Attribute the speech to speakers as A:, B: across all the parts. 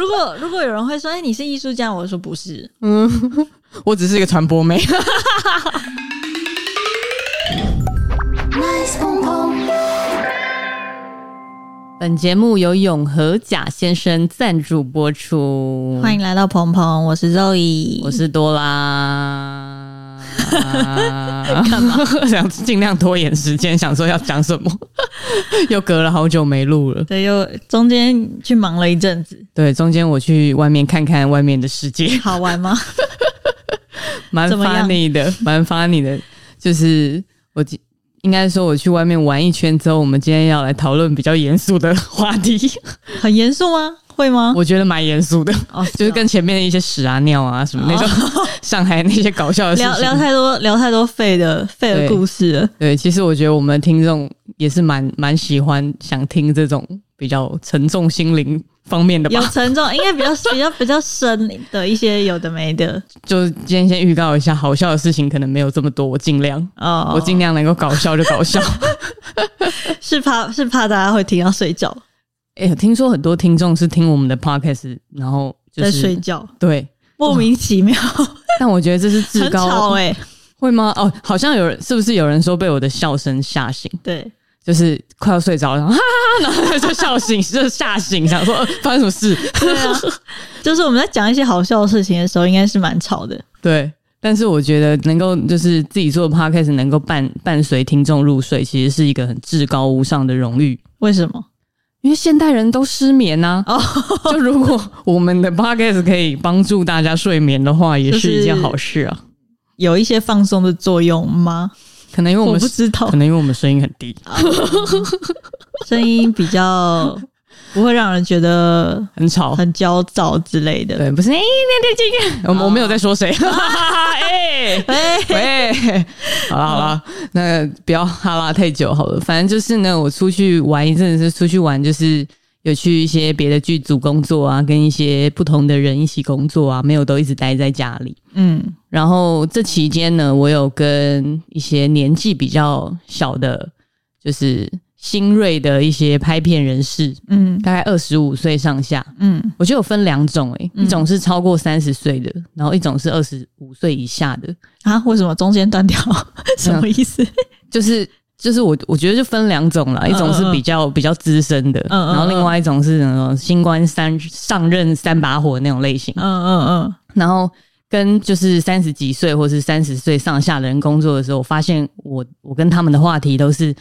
A: 如果如果有人会说，哎、你是艺术家，我说不是。
B: 我只是一个传播妹。
C: 本节目由永和甲先生赞助播出，
A: 欢迎来到鹏鹏，我是 Zoe，
C: 我是多 拉。
B: 想尽量拖延时间，想说要 讲什么，又隔了好久没录了。
A: 对，又中间去忙了一阵子，
B: 对，中间我去外面看看外面的世界，
A: 好玩吗？
B: 蛮
A: 怎么样
B: funny 的， 蛮 funny 的。就是我今应该说，我去外面玩一圈之后，我们今天要来讨论比较严肃的话 题，
A: 很严肃吗？会吗？
B: 我觉得蛮严肃的，
A: 哦，
B: 就是
A: 哦
B: 跟前面的一些屎啊、尿啊什么那种上海那些搞笑的事
A: 聊聊
B: 情。
A: 太多聊太多废的废的
B: 对
A: 故事了。
B: 对，其实我觉得我们听众也是蛮蛮喜欢想听这种比较沉重心灵方面的吧
A: 有。沉重，应该比较比较比较深的一些有的没的
B: 就今天先预告一下，好笑的事情可能没有这么多，我尽量，
A: 哦。
B: 我尽量能够搞笑就搞笑。
A: 是怕是怕大家会听到睡觉，
B: 哎、我听说很多听众是听我们的 podcast，然后就
A: 在
B: 是
A: 睡觉，
B: 对，
A: 莫名其妙，
B: 但我觉得这是至
A: 很吵
B: 高
A: 哎、
B: 会吗？哦，好像有人是不是有人说被我的笑声吓醒，
A: 对，
B: 就是快要睡着了，然后哈哈哈，然后就笑醒， 就吓醒，想说、呃发生什么事？
A: 对啊，就是我们在讲一些好笑的事情的时候，应该是蛮吵的。
B: 对。但是我觉得能够就是自己做 podcast 能够伴伴随听众入睡，其实是一个很至高无上的荣誉。
A: 为什么？
B: 因为现代人都失眠呐、
A: 哦
B: 就如果我们的 podcast 可以帮助大家睡眠的话，也是一件好事啊。
A: 有一些放松的作用吗？
B: 可能因为我
A: 我
B: 们
A: 不知道
B: 可，能因为我们声音很低，
A: 声音比较 不会让人觉得
B: 很吵。
A: 很哦焦躁之类的。
B: 对，不是，哎、那那这个，我们、我没有在说谁， 哎、
A: 哎、
B: 喂，好啦好啦，
A: 哦
B: 那不要哈拉太久好了。反正就是呢，我出去玩一阵子，出去玩就是有去一些别的剧组工作啊，跟一些不同的人一起工作啊，没有都一直待在家里。
A: 嗯，
B: 然后这期间呢，我有跟一些年纪比较小的，就是新锐的一些拍片人士，
A: 嗯
B: 大概二十五岁上下。
A: 嗯
B: 我觉得有分两种、欸，
A: 嗯
B: 一种是超过三十岁的，然后一种是二十五岁以下的，
A: 啊，为什么中间断掉？ 什么意思？
B: 就是。就是我，我觉得就分两种啦，一种是比较比较资深的，
A: 嗯嗯嗯
B: 然后另外一种是那种新官三上任三把火那种类型。
A: 嗯嗯嗯，
B: 然后跟就是三十几岁或是三十岁上下的人工作的时候，我发现我我跟他们的话题都是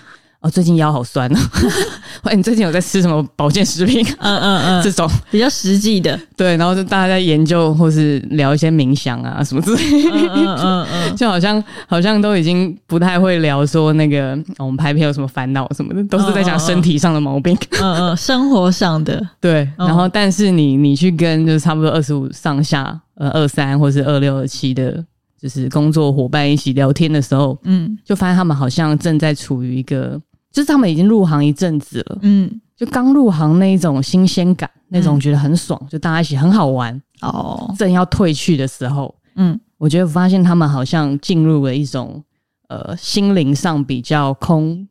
B: 哦，最近腰好酸哦， 或者你最近有在吃什么保健食品？
A: 嗯嗯
B: 这
A: 嗯，
B: 种
A: 比较实际的。
B: 对，然后就大家在研究或是聊一些冥想啊什么之类的，
A: 嗯嗯嗯嗯，
B: 就好像好像都已经不太会聊说那个、哦我们拍片有什么烦恼什么的，都是
A: 嗯
B: 在
A: 嗯
B: 讲
A: 嗯
B: 身体上的毛病。
A: 嗯嗯，生活上的，
B: 对，
A: 嗯
B: 然后但是你你去跟就是差不多二十五上下，呃二三或是二六二七的，就是工作伙伴一起聊天的时候，
A: 嗯
B: 就发现他们好像正在处于一个，就是他们已经入行一阵子了，
A: 嗯，
B: 就刚入行那一种新鲜感，那种
A: 嗯
B: 觉得很爽，就大家一起很好玩，
A: 哦，
B: 正要退去的时候，
A: 嗯
B: 我觉得发现他们好像进入了一种呃心灵上比较空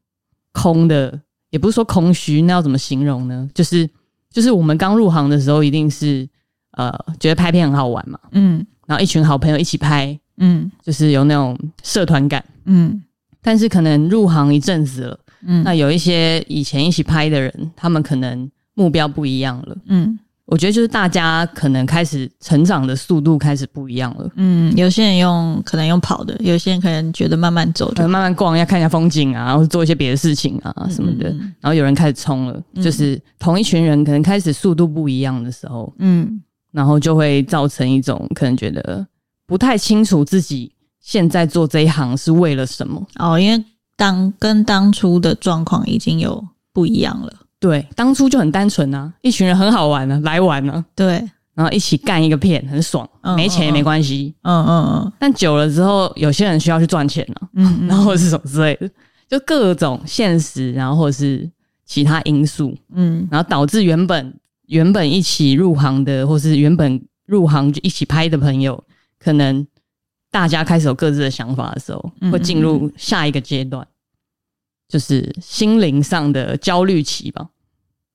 B: 空的，也不是说空虚，那要怎么形容呢？就是就是我们刚入行的时候，一定是呃觉得拍片很好玩嘛，
A: 嗯
B: 然后一群好朋友一起拍，
A: 嗯
B: 就是有那种社团感。
A: 嗯
B: 但是可能入行一阵子了，
A: 嗯，
B: 那有一些以前一起拍的人，他们可能目标不一样了。
A: 嗯
B: 我觉得就是大家可能开始成长的速度开始不一样了。
A: 嗯，有些人用可能用跑的，有些人可能觉得慢慢走
B: 可
A: 就
B: 能呃慢慢逛一下，看一下风景啊，然后做一些别的事情啊嗯什么的。
A: 嗯嗯
B: 然后有人开始冲了，
A: 嗯
B: 就是同一群人可能开始速度不一样的时候，
A: 嗯
B: 然后就会造成一种可能觉得不太清楚自己现在做这一行是为了什么。
A: 哦，因为当跟当初的状况已经有不一样了，
B: 对，当初就很单纯啊，一群人很好玩啊，来玩啊，
A: 对，
B: 然后一起干一个片，很爽，
A: 嗯
B: 没钱
A: 嗯
B: 也没关系。
A: 嗯嗯
B: 但久了之后，有些人需要去赚钱啊，
A: 嗯嗯，
B: 然后或是什么之类的，就各种现实，然后或者是其他因素。
A: 嗯
B: 然后导致原本原本一起入行的，或是原本入行就一起拍的朋友，可能大家开始有各自的想法的时候，
A: 嗯
B: 会进入下一个阶段，就是心灵上的焦虑期吧。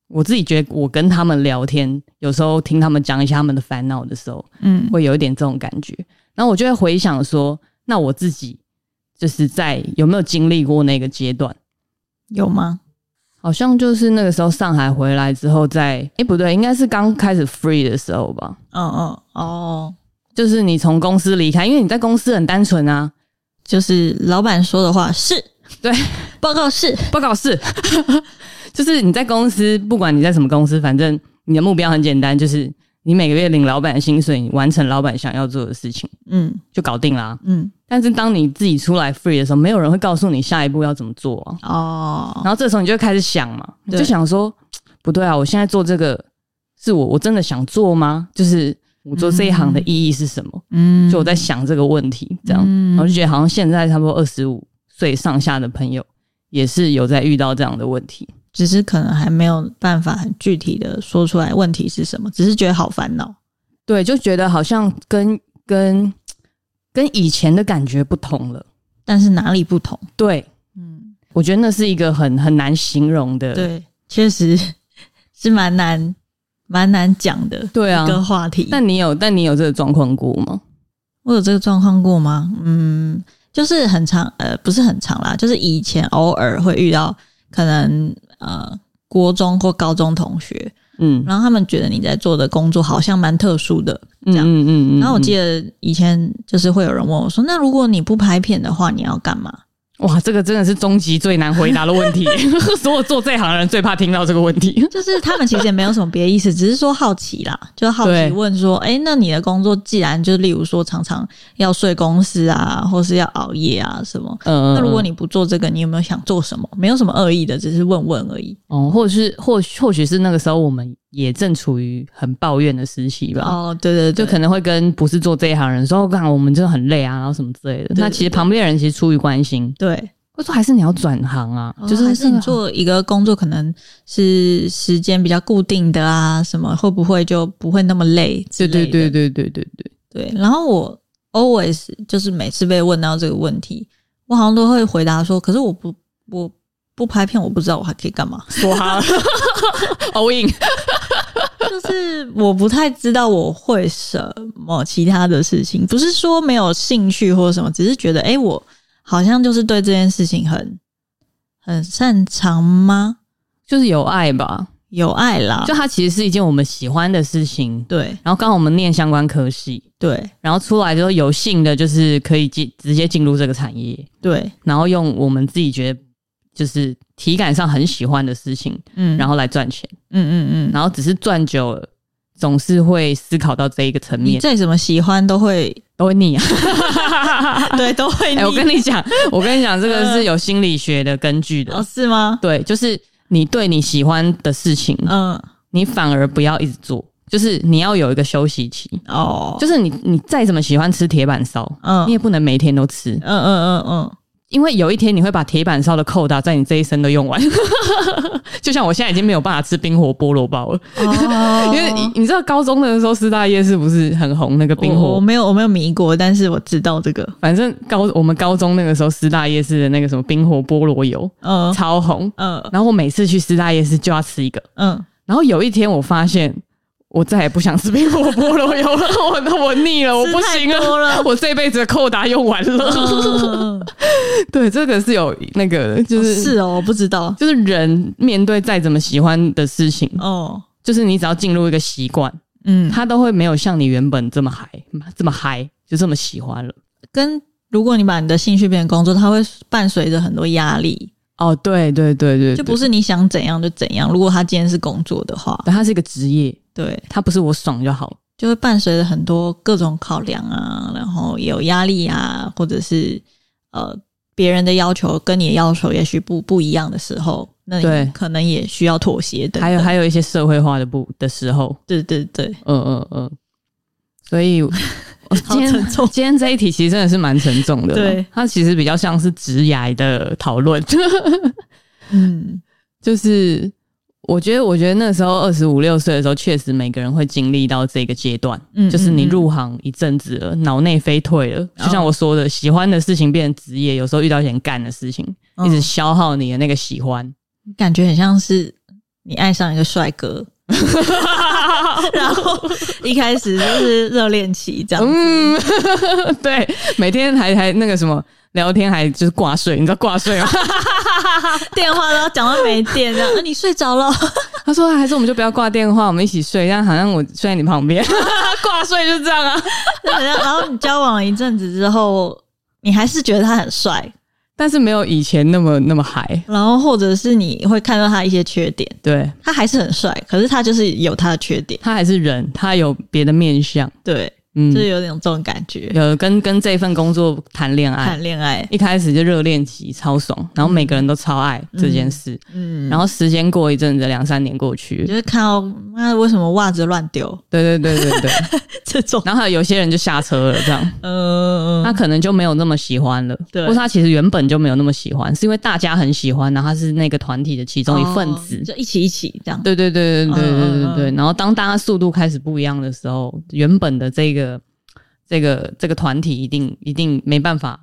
B: 我自己觉得，我跟他们聊天，有时候听他们讲一些他们的烦恼的时候，
A: 嗯，
B: 会有一点这种感觉。然后我就会回想说，那我自己就是在有没有经历过那个阶段？
A: 有吗？
B: 好像就是那个时候上海回来之后在，诶哎不对，应该是刚开始 free 的时候吧。
A: 嗯嗯哦，
B: 就是你从公司离开，因为你在公司很单纯啊，
A: 就是老板说的话是
B: 对，
A: 报告是
B: 不搞事。 就是你在公司，不管你在什么公司，反正你的目标很简单，就是你每个月领老板的薪水，你完成老板想要做的事情
A: 嗯
B: 就搞定啦、
A: 嗯
B: 但是当你自己出来 free 的时候，没有人会告诉你下一步要怎么做啊。
A: 哦
B: 然后这时候你就会开始想嘛，你
A: 对
B: 就想说，不对啊，我现在做这个是我我真的想做吗？就是我做这一行的意义是什么？
A: 嗯
B: 就我在想这个问题，这样，
A: 嗯
B: 然后就觉得好像现在差不多二十五岁上下的朋友也是有在遇到这样的问题。
A: 只是可能还没有办法很具体的说出来问题是什么，只是觉得好烦恼。
B: 对，就觉得好像跟跟跟以前的感觉不同了。
A: 但是哪里不同？
B: 对，
A: 嗯，
B: 我觉得那是一个很很难形容的。
A: 对，确实 是蛮难蛮难讲的
B: 对啊
A: 一，个话题。
B: 但你有但你有这个状况过吗？
A: 我有这个状况过吗？嗯，就是很长，呃，不是很长啦，就是以前偶尔会遇到，可能呃，国中或高中同学，
B: 嗯，
A: 然后他们觉得你在做的工作好像蛮特殊的，这样。
B: 嗯嗯嗯。
A: 然后我记
B: 得，
A: 得以前就是会有人问我说：“那如果你不拍片的话，你要干嘛。
B: 哇，这个真的是终极最难回答的问 题。所有做这行的人最怕听到这个问题？”
A: 就是他们其实也没有什么别的意思，只是说好奇啦，就好
B: 对
A: 奇问说：“哎，那你的工作既然就例如说常常要睡公司啊，或是要熬夜啊什么，
B: 嗯
A: 那如果你不做这个，你有没有想做什么？没有什么恶意的，只是问问而已。
B: 哦，或者是或许或许是那个时候我们也正处于很抱怨的时期吧。
A: 哦，对对
B: 就可能会跟不是做这一行的人说，我、看我们真的很累啊，然后什么之类的。
A: 对
B: 那其实旁边的人其实出于关心，
A: 对，
B: 会说还是你要转行啊，
A: 就
B: 就是是
A: 哦还是
B: 这
A: 你
B: 个
A: 做一个工作，可能是时间比较固定的啊，什么会不会就不会那么累之
B: 对
A: 类
B: 对
A: 的？
B: 对对对对对，
A: 对然后我 always 就是每次被问到这个问题，我好像都会回答说：“可是我不我不拍片，我不知道我还可以干嘛。
B: 说哈 all in，”
A: 就是我不太知道我会什么其他的事情，不是说没有兴趣或什么，只是觉得哎、诶我好像就是对这件事情很很擅长吗？
B: 就是有爱吧。
A: 有爱啦
B: 就，它其实是一件我们喜欢的事情，
A: 对
B: 然后刚好我们念相关科系，
A: 对
B: 然后出来之后有幸的就是可以进直接进入这个产业，
A: 对，
B: 然后用我们自己觉得就是体感上很喜欢的事情，
A: 嗯
B: 然
A: 后
B: 后来赚钱，
A: 嗯嗯嗯，
B: 然后只是赚久了。总是会思考到这一个层面
A: 你，再怎么喜欢都会
B: 都会腻啊！
A: 对都会
B: 哎、
A: 腻、
B: 我跟你讲，我跟你讲，这个是有心理学的根据的。
A: 哦是吗？
B: 对，就是你对你喜欢的事情，
A: 嗯
B: 你反而不要一直做，就是你要有一个休息期。
A: 哦，
B: 就是你你再怎么喜欢吃铁板烧，
A: 嗯
B: 你也不能每天都吃，
A: 嗯嗯嗯嗯，
B: 因为有一天你会把铁板烧的扣打在你这一生都用完。 就像我现在已经没有办法吃冰火菠萝包了，
A: 哦
B: 因为你你知道高中的时候师大夜市不是很红那个冰
A: 我我
B: 火。
A: 没有我没有迷过，但是我知道这个，
B: 反正高我们高中那个时候，师大夜市的那个什么冰火菠萝油
A: 嗯
B: 超红，
A: 嗯
B: 然后我每次去师大夜市就要吃一个。
A: 嗯，
B: 然后有一天我发现，我再也不想吃冰火菠萝油了， 我我腻了，我不行
A: 吃
B: 啊
A: 太多了
B: 我这辈子的扣打用完了。
A: 嗯
B: 对，这个是有那个， 就是、
A: 哦是哦，我不知道
B: 就是人面对再怎么喜欢的事情，
A: 哦，
B: 就是你只要进入一个习惯，
A: 嗯，
B: 它都会没有像你原本这么嗨，这么嗨，就这么喜欢了。
A: 跟如果你把你的兴趣变成工作，它会伴随着很多压力，
B: 哦，对对对对，
A: 就不
B: 是，
A: 是你想怎样就怎样。如果他今天是工作的话，
B: 对它是一个职业，
A: 对，
B: 它不是我爽就好。
A: 就会伴随着很多各种考量啊，然后也有压力啊，或者是呃别人的要求跟你的要求也许不不一样的时候，那
B: 对
A: 你可能也需要妥协的。
B: 还有还有一些社会化的不的时候，
A: 对对对，
B: 嗯嗯嗯，所 以我今天
A: 好沉重
B: 今天这一题其实真的是蛮沉重的，
A: 对，
B: 它其实比较像是职涯的讨 论，
A: 嗯
B: 就是我觉得，我觉得那时候二十五六岁的时候，确实每个人会经历到这个阶段，
A: 嗯
B: 就是你
A: 嗯嗯
B: 入行一阵子了，脑内飞退了，就像我说的，喜欢的事情变成职业，哦有时候遇到一些很干的事情，
A: 嗯
B: 一直消耗你的那个喜欢。
A: 感觉很像是你爱上一个帅 哥，然后一开始就是热恋期这样，
B: 嗯， 对，每天还还那个什么聊天，还就是挂睡，你知道挂睡吗？
A: 电话都要讲到没电，这样、啊、你睡着了，
B: 他说啊还是我们就不要挂电话，我们一起睡，但好像我睡在你旁边， 挂睡就这样啊。
A: 然后你交往了一阵子之后，你还是觉得他很帅，
B: 但是没有以前那么那么嗨，
A: 然后或者是你会看到他一些缺点，
B: 对
A: 他还是很帅，可是他就是有他的缺点，
B: 他还是人，他有别的面相，
A: 对，
B: 嗯
A: 就，是有点这种感觉。
B: 有跟跟这份工作谈恋爱
A: 谈，恋爱，
B: 一开始就热恋期超爽，然后每个人都超爱这件事，
A: 嗯，
B: 然后时间过一阵子，两三年过去
A: 你就，是看到妈为什么袜子乱丢
B: 对对对对 对，
A: 这种，
B: 然后有些人就下车了，这样。
A: 嗯、
B: 他可能就没有那么喜欢了，
A: 对
B: 或是他其实原本就没有那么喜欢，是因为大家很喜欢，然后他是那个团体的其中一份子
A: 哦。就一起一起这样。
B: 对对对对对对
A: 嗯嗯
B: 对对。然后当大家速度开始不一样的时候，原本的这个这个这个团体一定一定没办法，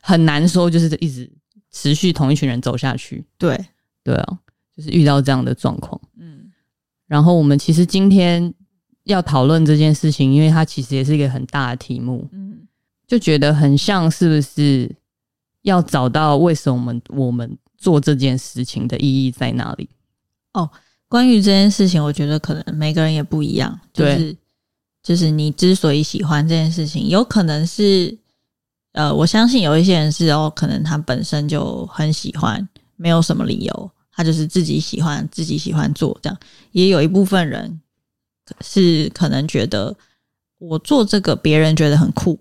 B: 很难说就是一直持续同一群人走下去。
A: 对，
B: 对啊，就是遇到这样的状况。
A: 嗯，
B: 然后我们其实今天要讨论这件事情，因为它其实也是一个很大的题目。
A: 嗯，
B: 就觉得很像是不是要找到为什么我们我们做这件事情的意义在哪里？
A: 关于这件事情，我觉得可能每个人也不一样，就
B: 对
A: 是就是你之所以喜欢这件事情，有可能是呃，我相信有一些人是哦，可能他本身就很喜欢，没有什么理由，他就是自己喜欢，自己喜欢做这样。也有一部分人是可能觉得我做这个，别人觉得很酷，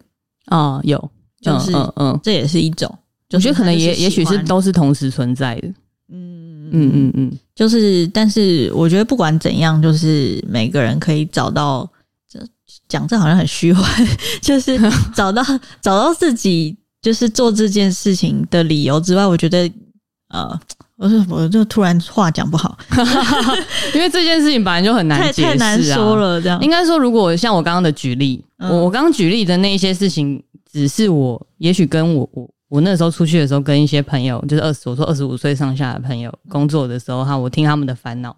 B: 啊、有，
A: 就是
B: 嗯嗯嗯，
A: 这也是一种。
B: 我觉得可能也
A: 就是他就是喜欢
B: 也许是都是同时存在的，
A: 嗯
B: 嗯嗯嗯，
A: 就是，但是我觉得不管怎样，就是每个人可以找到，这讲这好像很虚幻， 就是找 到找到自己就是做这件事情的理由之外，我觉得呃，我是我就突然话讲不好，
B: 因为这件事情本来就很难
A: 太
B: 解释、啊、
A: 太难说。了，这样
B: 应该说，如果像我刚刚的举例，
A: 嗯
B: 我我刚刚举例的那一些事情，只是我也许跟我我我那时候出去的时候，跟一些朋友，就是二十我说二十五岁上下的朋友工作的时候哈，我听他们的烦恼，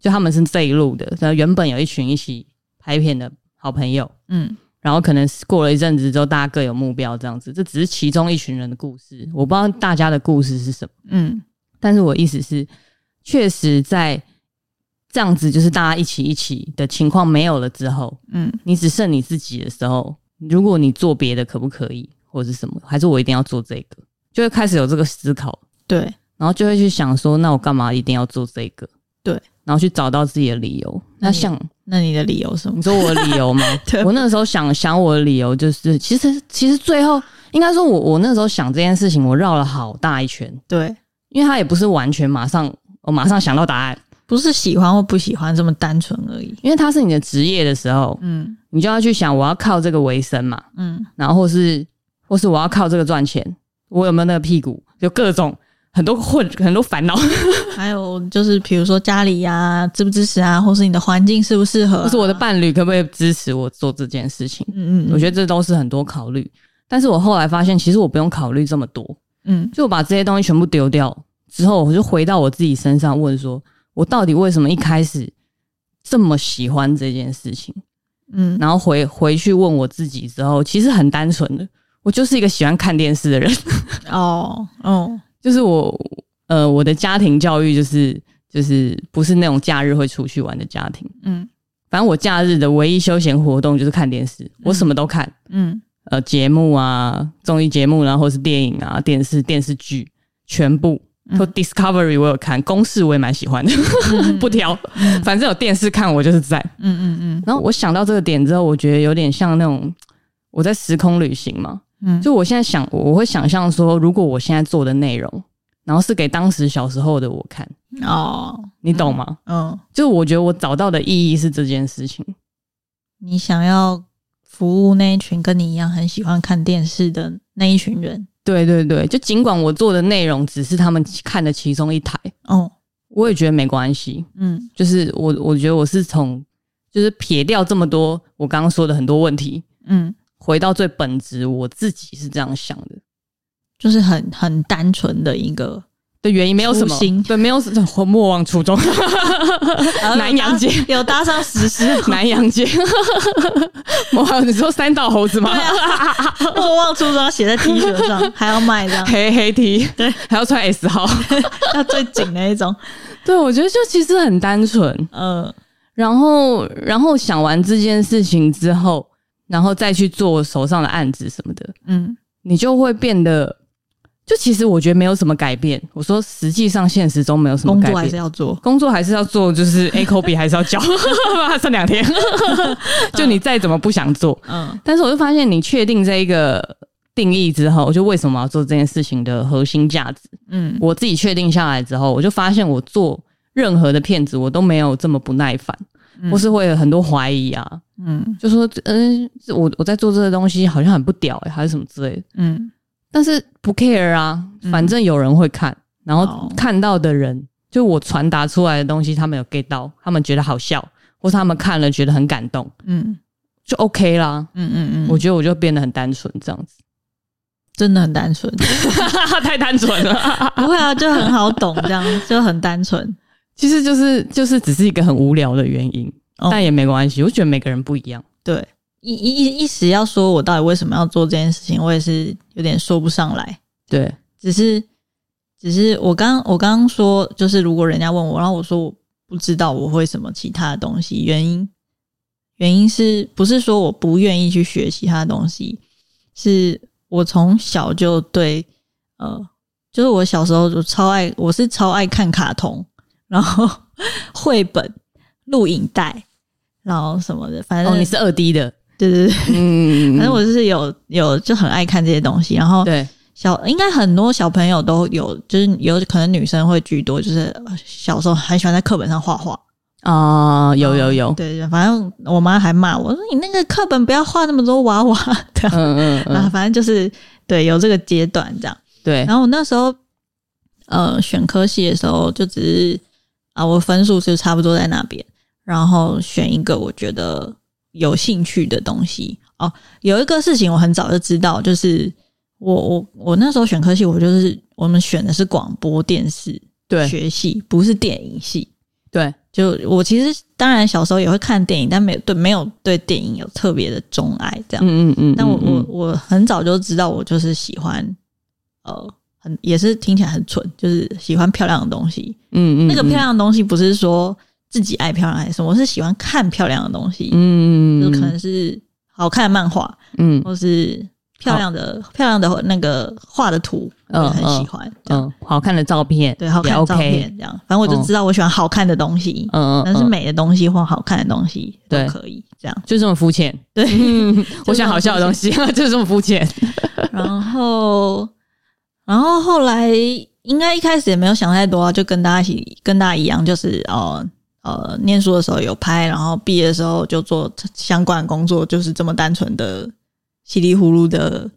B: 就他们是这一路的，然后原本有一群一起拍片的好朋友，
A: 嗯
B: 然后可能是过了一阵子之后，大家各有目标这样子，这只是其中一群人的故事，我不知道大家的故事是什么。
A: 嗯
B: 但是我意思是，确实在这样子就是大家一起一起的情况没有了之后，
A: 嗯
B: 你只剩你自己的时候，如果你做别的可不可以，或者是什么，还是我一定要做这个，就会开始有这个思考，
A: 对
B: 然后就会去想说，那我干嘛一定要做这个？
A: 对，
B: 然后去找到自己的理由。
A: 那
B: 那
A: 你
B: 像
A: 那你的理由是什么
B: 你？说我的理由吗
A: 对？
B: 我那个时候想想我的理由就是，其实其实最后应该说我我那时候想这件事情，我绕了好大一圈，
A: 对，
B: 因为他也不是完全马上我马上想到答案，
A: 不是喜欢或不喜欢这么单纯而已。
B: 因为他是你的职业的时候，
A: 嗯
B: 你就要去想我要靠这个为生嘛，
A: 嗯
B: 然后或是或是我要靠这个赚钱，我有没有那个屁股，就各种很多混很多烦恼，
A: 还有就是，比如说家里呀、支不支持啊，或是你的环境适不适合、啊，
B: 或是我的伴侣可不可以支持我做这件事情？
A: 嗯，嗯嗯，
B: 我觉得这都是很多考虑，但是我后来发现，其实我不用考虑这么多，
A: 嗯
B: 就我把这些东西全部丢掉之后，我就回到我自己身上，问说我到底为什么一开始这么喜欢这件事情？
A: 嗯，
B: 然后回回去问我自己之后，其实很单纯的，我就是一个喜欢看电视的人，
A: 哦哦，
B: 就是我呃我的家庭教育就是就是不是那种假日会出去玩的家庭，
A: 嗯
B: 反正我假日的唯一休闲活动就是看电视，我什么都看，
A: 嗯
B: 呃节目啊综艺节目，然后或是电影啊电视电视剧全部。
A: 嗯
B: 说 Discovery 我有看，公式我也蛮喜欢的，不挑，反正有电视看我就是在。
A: 嗯嗯嗯
B: 然后我想到这个点之后，我觉得有点像那种我在时空旅行嘛，
A: 嗯，
B: 就我现在想，我会想象说，如果我现在做的内容，然后是给当时小时候的我看，
A: 哦
B: 你懂吗？
A: 嗯，
B: 就我觉得我找到的意义是这件事情，
A: 你想要服务那一群跟你一样很喜欢看电视的那一群人，
B: 对对对，就尽管我做的内容只是他们看的其中一台，
A: 哦，
B: 我也觉得没关系。
A: 嗯
B: 就是我，我觉得我是从就是撇掉这么多我刚刚说的很多问题，
A: 嗯，
B: 回到最本质，我自己是这样想的。
A: 就是很很单纯的一个
B: 的原因没有什么
A: 初心，
B: 对，没有什么莫忘 初衷，
A: 然后有
B: 南洋
A: 搭
B: 街
A: 有搭上实施，
B: 南洋街。哇，你说三道猴子吗？
A: 莫忘初衷写在 T 恤上，还要卖这样，
B: 黑黑 T，对，还要穿 S 号。
A: 要最紧的一种。
B: 对，我觉得就其实很单纯。
A: 嗯，
B: 然后，然后想完这件事情之后，然后再去做手上的案子什么的，
A: 嗯，
B: 你就会变得，就其实我觉得没有什么改变。我说实际上现实中没有什么
A: 工
B: 改
A: 作还
B: 变
A: 是，要做。
B: 工作还是要做，就是 A 口笔 还是要交，还剩两天。 就你再怎么不想做，
A: 嗯
B: 但是我就发现你确定这一个定义之后，就为什么要做这件事情的核心价值，
A: 嗯
B: 我自己确定下来之后，我就发现我做任何的骗子，我都没有这么不耐烦，
A: 嗯
B: 或是会有很多怀疑啊，
A: 嗯
B: 就说嗯，这我我在做这个东西好像很不屌哎、还是什么之类的。
A: 嗯
B: 但是不 care 啊，
A: 嗯
B: 反正有人会看，然后
A: 哦
B: 看到的人，就我传达出来的东西，他们有 get 到，他们觉得好笑，或是他们看了觉得很感动，
A: 嗯
B: 就 OK 啦。
A: 嗯嗯嗯，
B: 我觉得我就变得很单纯，这样子，
A: 真的很单纯，
B: 太单纯了。
A: 不会啊，就很好懂，这样就很单纯。
B: 其实就是就是只是一个很无聊的原因，
A: 哦
B: 但也没关系。我觉得每个人不一样，
A: 对，一一一一时要说我到底为什么要做这件事情，我也是有点说不上来。
B: 对，
A: 只是，只是我刚我刚刚说，就是如果人家问我，然后我说我不知道我会什么其他的东西，原因原因是不是说我不愿意去学其他东西？是我从小就对，呃，就是我小时候就超爱，我是超爱看卡通，然后 绘本、录影带，然后什么的，反正、
B: 哦，你是二 D 的，
A: 对对对，
B: 嗯，哦
A: 反正我就是有有就很爱看这些东西，然后
B: 对
A: 小应该很多小朋友都有，就是有可能女生会居多，就是呃小时候很喜欢在课本上画画。
B: 啊、有有有，
A: 对对，反正我妈还骂我说：“你那个课本不要画那么多娃娃。”这样
B: 嗯嗯
A: 啊，
B: 嗯，
A: 反正就是对有这个阶段这样。
B: 对，
A: 然后我那时候呃选科系的时候，就只是啊，我分数是差不多在那边，然后选一个我觉得有兴趣的东西。哦，有一个事情我很早就知道，就是我我我那时候选科系，我就是我们选的是广播电视
B: 对
A: 学系，不是电影系。
B: 对，
A: 就我其实当然小时候也会看电影，但没有对没有对电影有特别的钟爱这样。
B: 嗯嗯嗯，
A: 但我
B: 嗯
A: 我我很早就知道，我就是喜欢，呃，很也是听起来很蠢，就是喜欢漂亮的东西。
B: 嗯嗯，
A: 那个漂
B: 嗯
A: 亮的东西不是说自己爱漂亮还是什么，我是喜欢看漂亮的东西，
B: 嗯，
A: 就是可能是好看的漫画，
B: 嗯
A: 或是漂亮的漂亮的那个画的图，我
B: 嗯
A: 也很喜欢。这样
B: 嗯好看的照片，
A: 对，好看
B: 也
A: 的
B: OK，
A: 照片这样，反正我就
B: 嗯
A: 知道我喜欢好看的东西，
B: 嗯嗯，
A: 但是
B: 嗯
A: 美的东西或好看的东西都
B: 对
A: 可以这样。
B: 就这么肤浅，
A: 对
B: 嗯， 我
A: 么
B: 想好笑的东西 就是这么肤浅，
A: 然后，然后后来应该一开始也没有想太多啊，就跟大家一起，跟大家一样，就是呃呃，念书的时候有拍，然后毕业的时候就做相关的工作，就是这么单纯的稀里糊涂的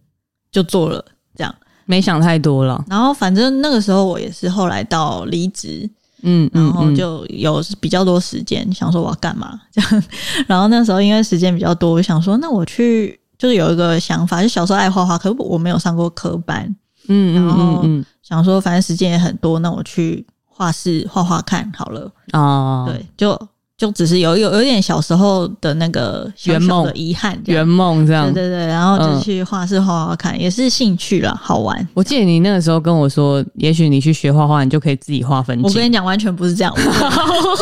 A: 就做了这样。
B: 没想太多了，
A: 然后反正那个时候我也是后来到离职，
B: 嗯，嗯
A: 然后
B: 嗯
A: 就有比较多时间，想说我要干嘛这样。然后那时候因为时间比较多，我想说那我去。就是有一个想法，就小时候爱画画，可是我没有上过科班，
B: 嗯
A: 然
B: 嗯
A: 后
B: 嗯
A: 想说反正时间也很多，那我去画室画画看好了。
B: 嗯啊，
A: 对，就就只是有有有点小时候的那个小
B: 圆
A: 小
B: 梦
A: 的遗憾这样，
B: 圆梦嗯这样
A: 对。对对，然后就
B: 嗯
A: 去画室画画看，也是兴趣啦，好玩。
B: 我记得你那个时候跟我说，也许你去学画画，你就可以自己画分
A: 我跟
B: 镜。
A: 你讲，完全不是这样，我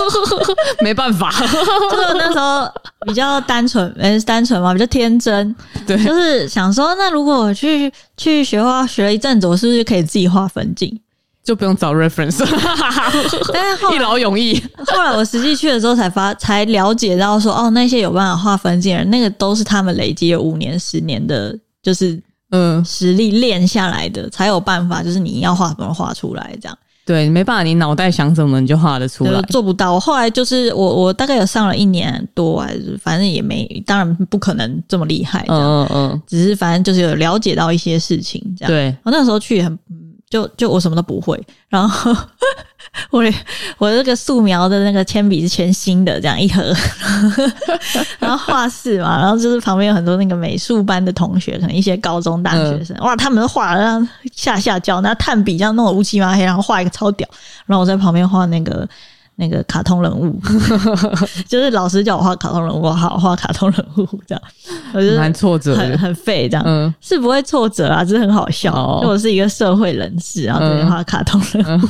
B: 没办法，
A: 就是那时候比较单纯，呃、单纯嘛，比较天真，
B: 对
A: 就是想说，那如果我去去学画学了一阵子，我是不是可以自己画分镜？
B: 就不用找 reference，
A: 但是后来
B: 一劳永 逸。
A: 后来我实际去了之后，才发才了解到说，哦，那些有办法划分界的人，那个都是他们累积了五年、十年的，就是
B: 嗯，
A: 实力练下来的，才有办法，就是你要画怎么画出来这样。
B: 对，没办法，你脑袋想什么你就画得出来
A: 对，。做不到。我后来就是我，我大概有上了一年多，还是反正也没，当然不可能这么厉害这样，
B: 嗯嗯嗯，
A: 只是反正就是有了解到一些事情这样。
B: 对，
A: 我那时候去也很，嗯就就我什么都不会，然后 我连我这个素描的那个铅笔是全新的，这样一盒， 然后画室嘛，然后就是旁边有很多那个美术班的同学，可能一些高中大学
B: 嗯
A: 生，哇，他们都画得让下下焦，拿炭笔这样弄得乌漆嘛黑，然后画一个超屌，然后我在旁边画那个。那个卡通人物， 就是老师叫我画卡通人物，我好画卡通人物这样，我就是
B: 蛮挫折
A: 很
B: 的。
A: 很废这样，
B: 嗯，
A: 是不会挫折啊，只是很好笑。
B: 哦嗯
A: 因为我是一个社会人士，然后这边画卡通 人物，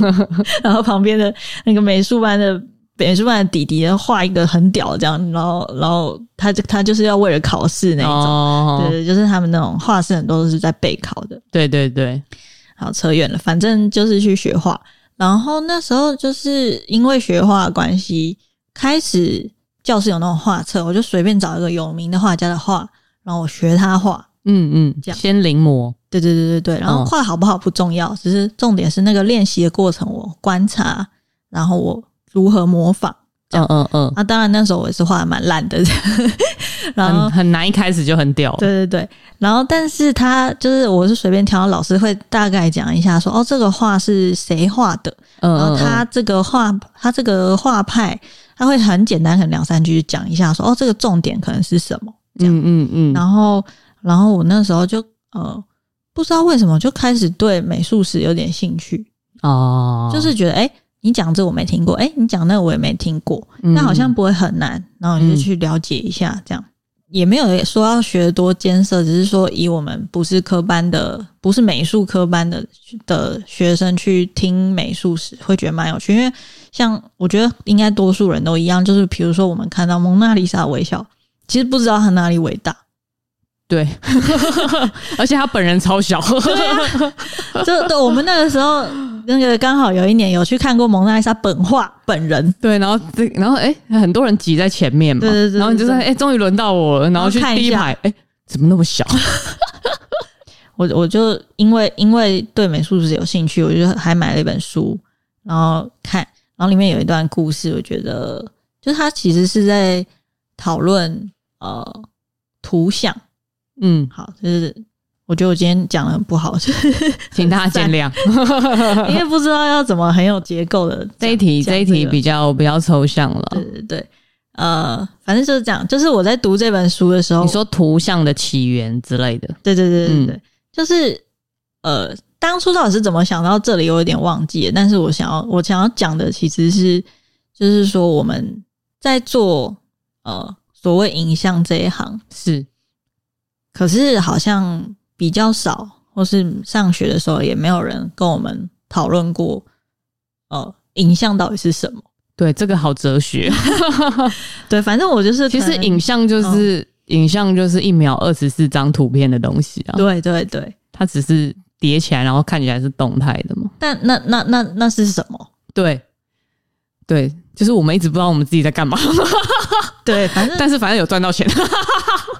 A: 然后旁边的那个美术班的美术班的弟弟画一个很屌这样，然后然后他就他就是要为了考试那一种，
B: 哦，
A: 对，就是他们那种画室很多都是在备考的。
B: 对对对，
A: 好，扯远了，反正就是去学画。然后那时候就是因为学画的关系，开始教室有那种画册，我就随便找一个有名的画家的画，然后我学他画。
B: 嗯
A: 这
B: 嗯，
A: 样
B: 先临摹，
A: 对对对对对，然后
B: 嗯
A: 画得好不好不重要，只是重点是那个练习的过程，我观察，然后我如何模仿。
B: 嗯嗯嗯，
A: 啊，当然那时候我也是画的蛮烂的， 然后
B: 很很难一开始就很屌，
A: 对对对，然后但是他就是我是随便挑，老师会大概讲一下说哦，这个画是谁画的，
B: 嗯，
A: 然后
B: 嗯
A: 他这个画他这个画派，他会很简单，可能两三句讲一下说哦，这个重点可能是什么，这样
B: 嗯嗯嗯，
A: 然后，然后我那时候就呃，不知道为什么就开始对美术史有点兴趣，
B: 哦，
A: 就是觉得哎、诶你讲这我没听过，哎、你讲那个我也没听过，
B: 嗯
A: 那好像不会很难，然后你就去了解一下，这样、也没有说要学多艰涩，只是说以我们不是科班的，不是美术科班的的学生去听美术史，会觉得蛮有趣，因为像我觉得应该多数人都一样，就是比如说我们看到蒙娜丽莎的微笑，其实不知道她哪里伟大。
B: 对， 而且他本人超小，
A: 就对我们那个时候，那个刚好有一年有去看过蒙娜丽莎本画本人，
B: 对，然后这，然后哎、很多人挤在前面嘛，
A: 对对对对
B: 然后你就说，
A: 对
B: 哎、终于轮到我了，然后去
A: 看一
B: 第一
A: 下
B: 排，哎、怎么那么小？
A: 我我就因为因为对美术史有兴趣，我就还买了一本书，然后看，然后里面有一段故事，我觉得就是它其实是在讨论呃图像，
B: 嗯，
A: 好，就是我觉得我今天讲的很不好， 就是
B: 请大家见 谅。
A: 因为不知道要怎么很有结构的
B: 这一题，这一
A: 比。
B: 题比较比较抽象了
A: 对。对对，呃，反正就是这样。就是我在读这本书的时候，
B: 你说图像的起源之类的，
A: 对对对对对，
B: 嗯
A: 就是呃，当初到底是怎么想到这里，我有点忘记了。但是我想要我想要讲的其实是，就是说我们在做呃所谓影像这一行，
B: 是
A: 可是好像比较少，或是上学的时候也没有人跟我们讨论过，呃，影像到底是什么。
B: 对这个好 哲学。
A: 对，反正我就是
B: 其
A: 可
B: 实
A: 能
B: 影像就是、影像就是一秒二十四张图片的东西啊，
A: 对对对，
B: 它只是叠起来，然后看起来是动态的嘛。
A: 但那那那那是什么？
B: 对，对，就是我们一直不知道我们自己在干嘛，
A: 对，反正
B: 但是反正有赚到钱。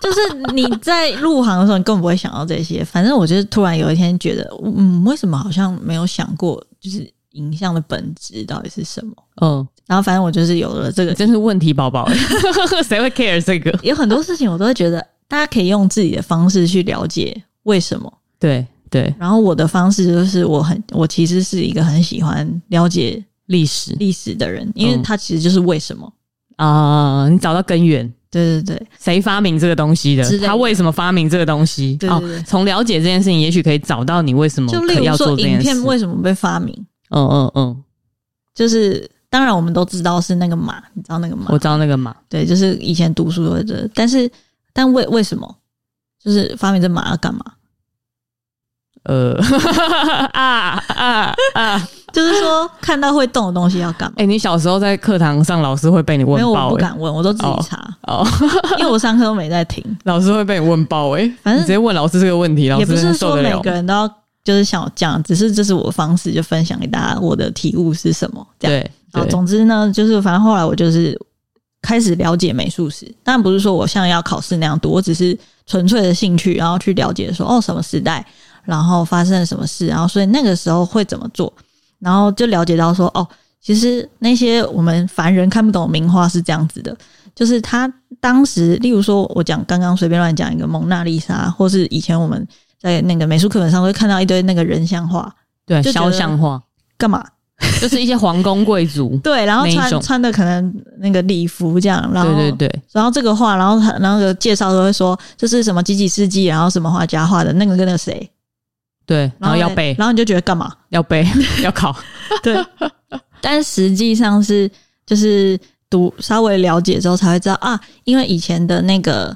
A: 就是你在入行的时候，你根本不会想到这些。反正我就是突然有一天觉得，嗯，为什么好像没有想过，就是影像的本质到底是什么？
B: 嗯，
A: 然后反正我就是有了这
B: 你
A: 个，
B: 真是问题宝宝欸， 谁会 care 这个？
A: 有很多事情我都会觉得，大家可以用自己的方式去了解为什么。
B: 对对，
A: 然后我的方式就是，我很我其实是一个很喜欢了解
B: 历史
A: 历史的人，因为
B: 嗯
A: 它其实就是为什么。
B: 啊、你找到根源，
A: 对对对，
B: 谁发明这个东西
A: 之类
B: 的？
A: 的
B: 他为什么发明这个东西？
A: 对对对
B: 哦，从了解这件事情，也许可以找到你为什么
A: 就
B: 可
A: 例
B: 要
A: 如
B: 做
A: 说，
B: 这
A: 影
B: 件事。
A: 片为什么被发明？
B: 嗯嗯嗯，
A: 就是当然我们都知道是那个马，你知道那个马
B: 我，知道那个嘛，
A: 对，就是以前读书的这，但是但为为什么就是发明这马要干嘛？
B: 呃 啊啊啊！
A: 就是 说看到会动的东西要干嘛？
B: 哎、你小时候在课堂上，老师会被你
A: 没
B: 问
A: 有，我
B: 爆
A: 不
B: 哎、
A: 敢问，我都自己查，
B: 哦，
A: 因为我上课都没在听，
B: 老师会被你问爆哎、
A: 反正
B: 你直接问老师这个问题，老
A: 也不
B: 师
A: 是
B: 受
A: 说
B: 得
A: 每
B: 了
A: 个
B: 吗？
A: 人都要就是想我讲，只是这是我的方式，就分享给大家我的体悟是什么。这样，
B: 对
A: 然后
B: 对，
A: 总之呢，就是反正后来我就是开始了解美术史，但不是说我像要考试那样读，我只是纯粹的兴趣，然后去了解说哦什么时代，然后发生了什么事，然后所以那个时候会怎么做，然后就了解到说哦，其实那些我们凡人看不懂的名画是这样子的，就是他当时，例如说我讲刚刚随便乱讲一个蒙娜丽莎，或是以前我们在那个美术课本上会看到一堆那个人像画，
B: 对，
A: 就觉
B: 肖
A: 得
B: 像画，
A: 干嘛？。
B: 就是一些皇宫贵族
A: 对，然后
B: 哪一
A: 穿
B: 种
A: 穿的可能那个礼服这样，然后
B: 对对对，
A: 然后这个画，然后他然后那个介绍都会说这是什么几几世纪，然后什么画家画的，那个跟那个谁，
B: 对，然后要
A: 嘞
B: 背，
A: 然后你就觉得干嘛？
B: 要背， 要考，
A: 对，但实际上是就是读稍微了解之后才会知道啊，因为以前的那个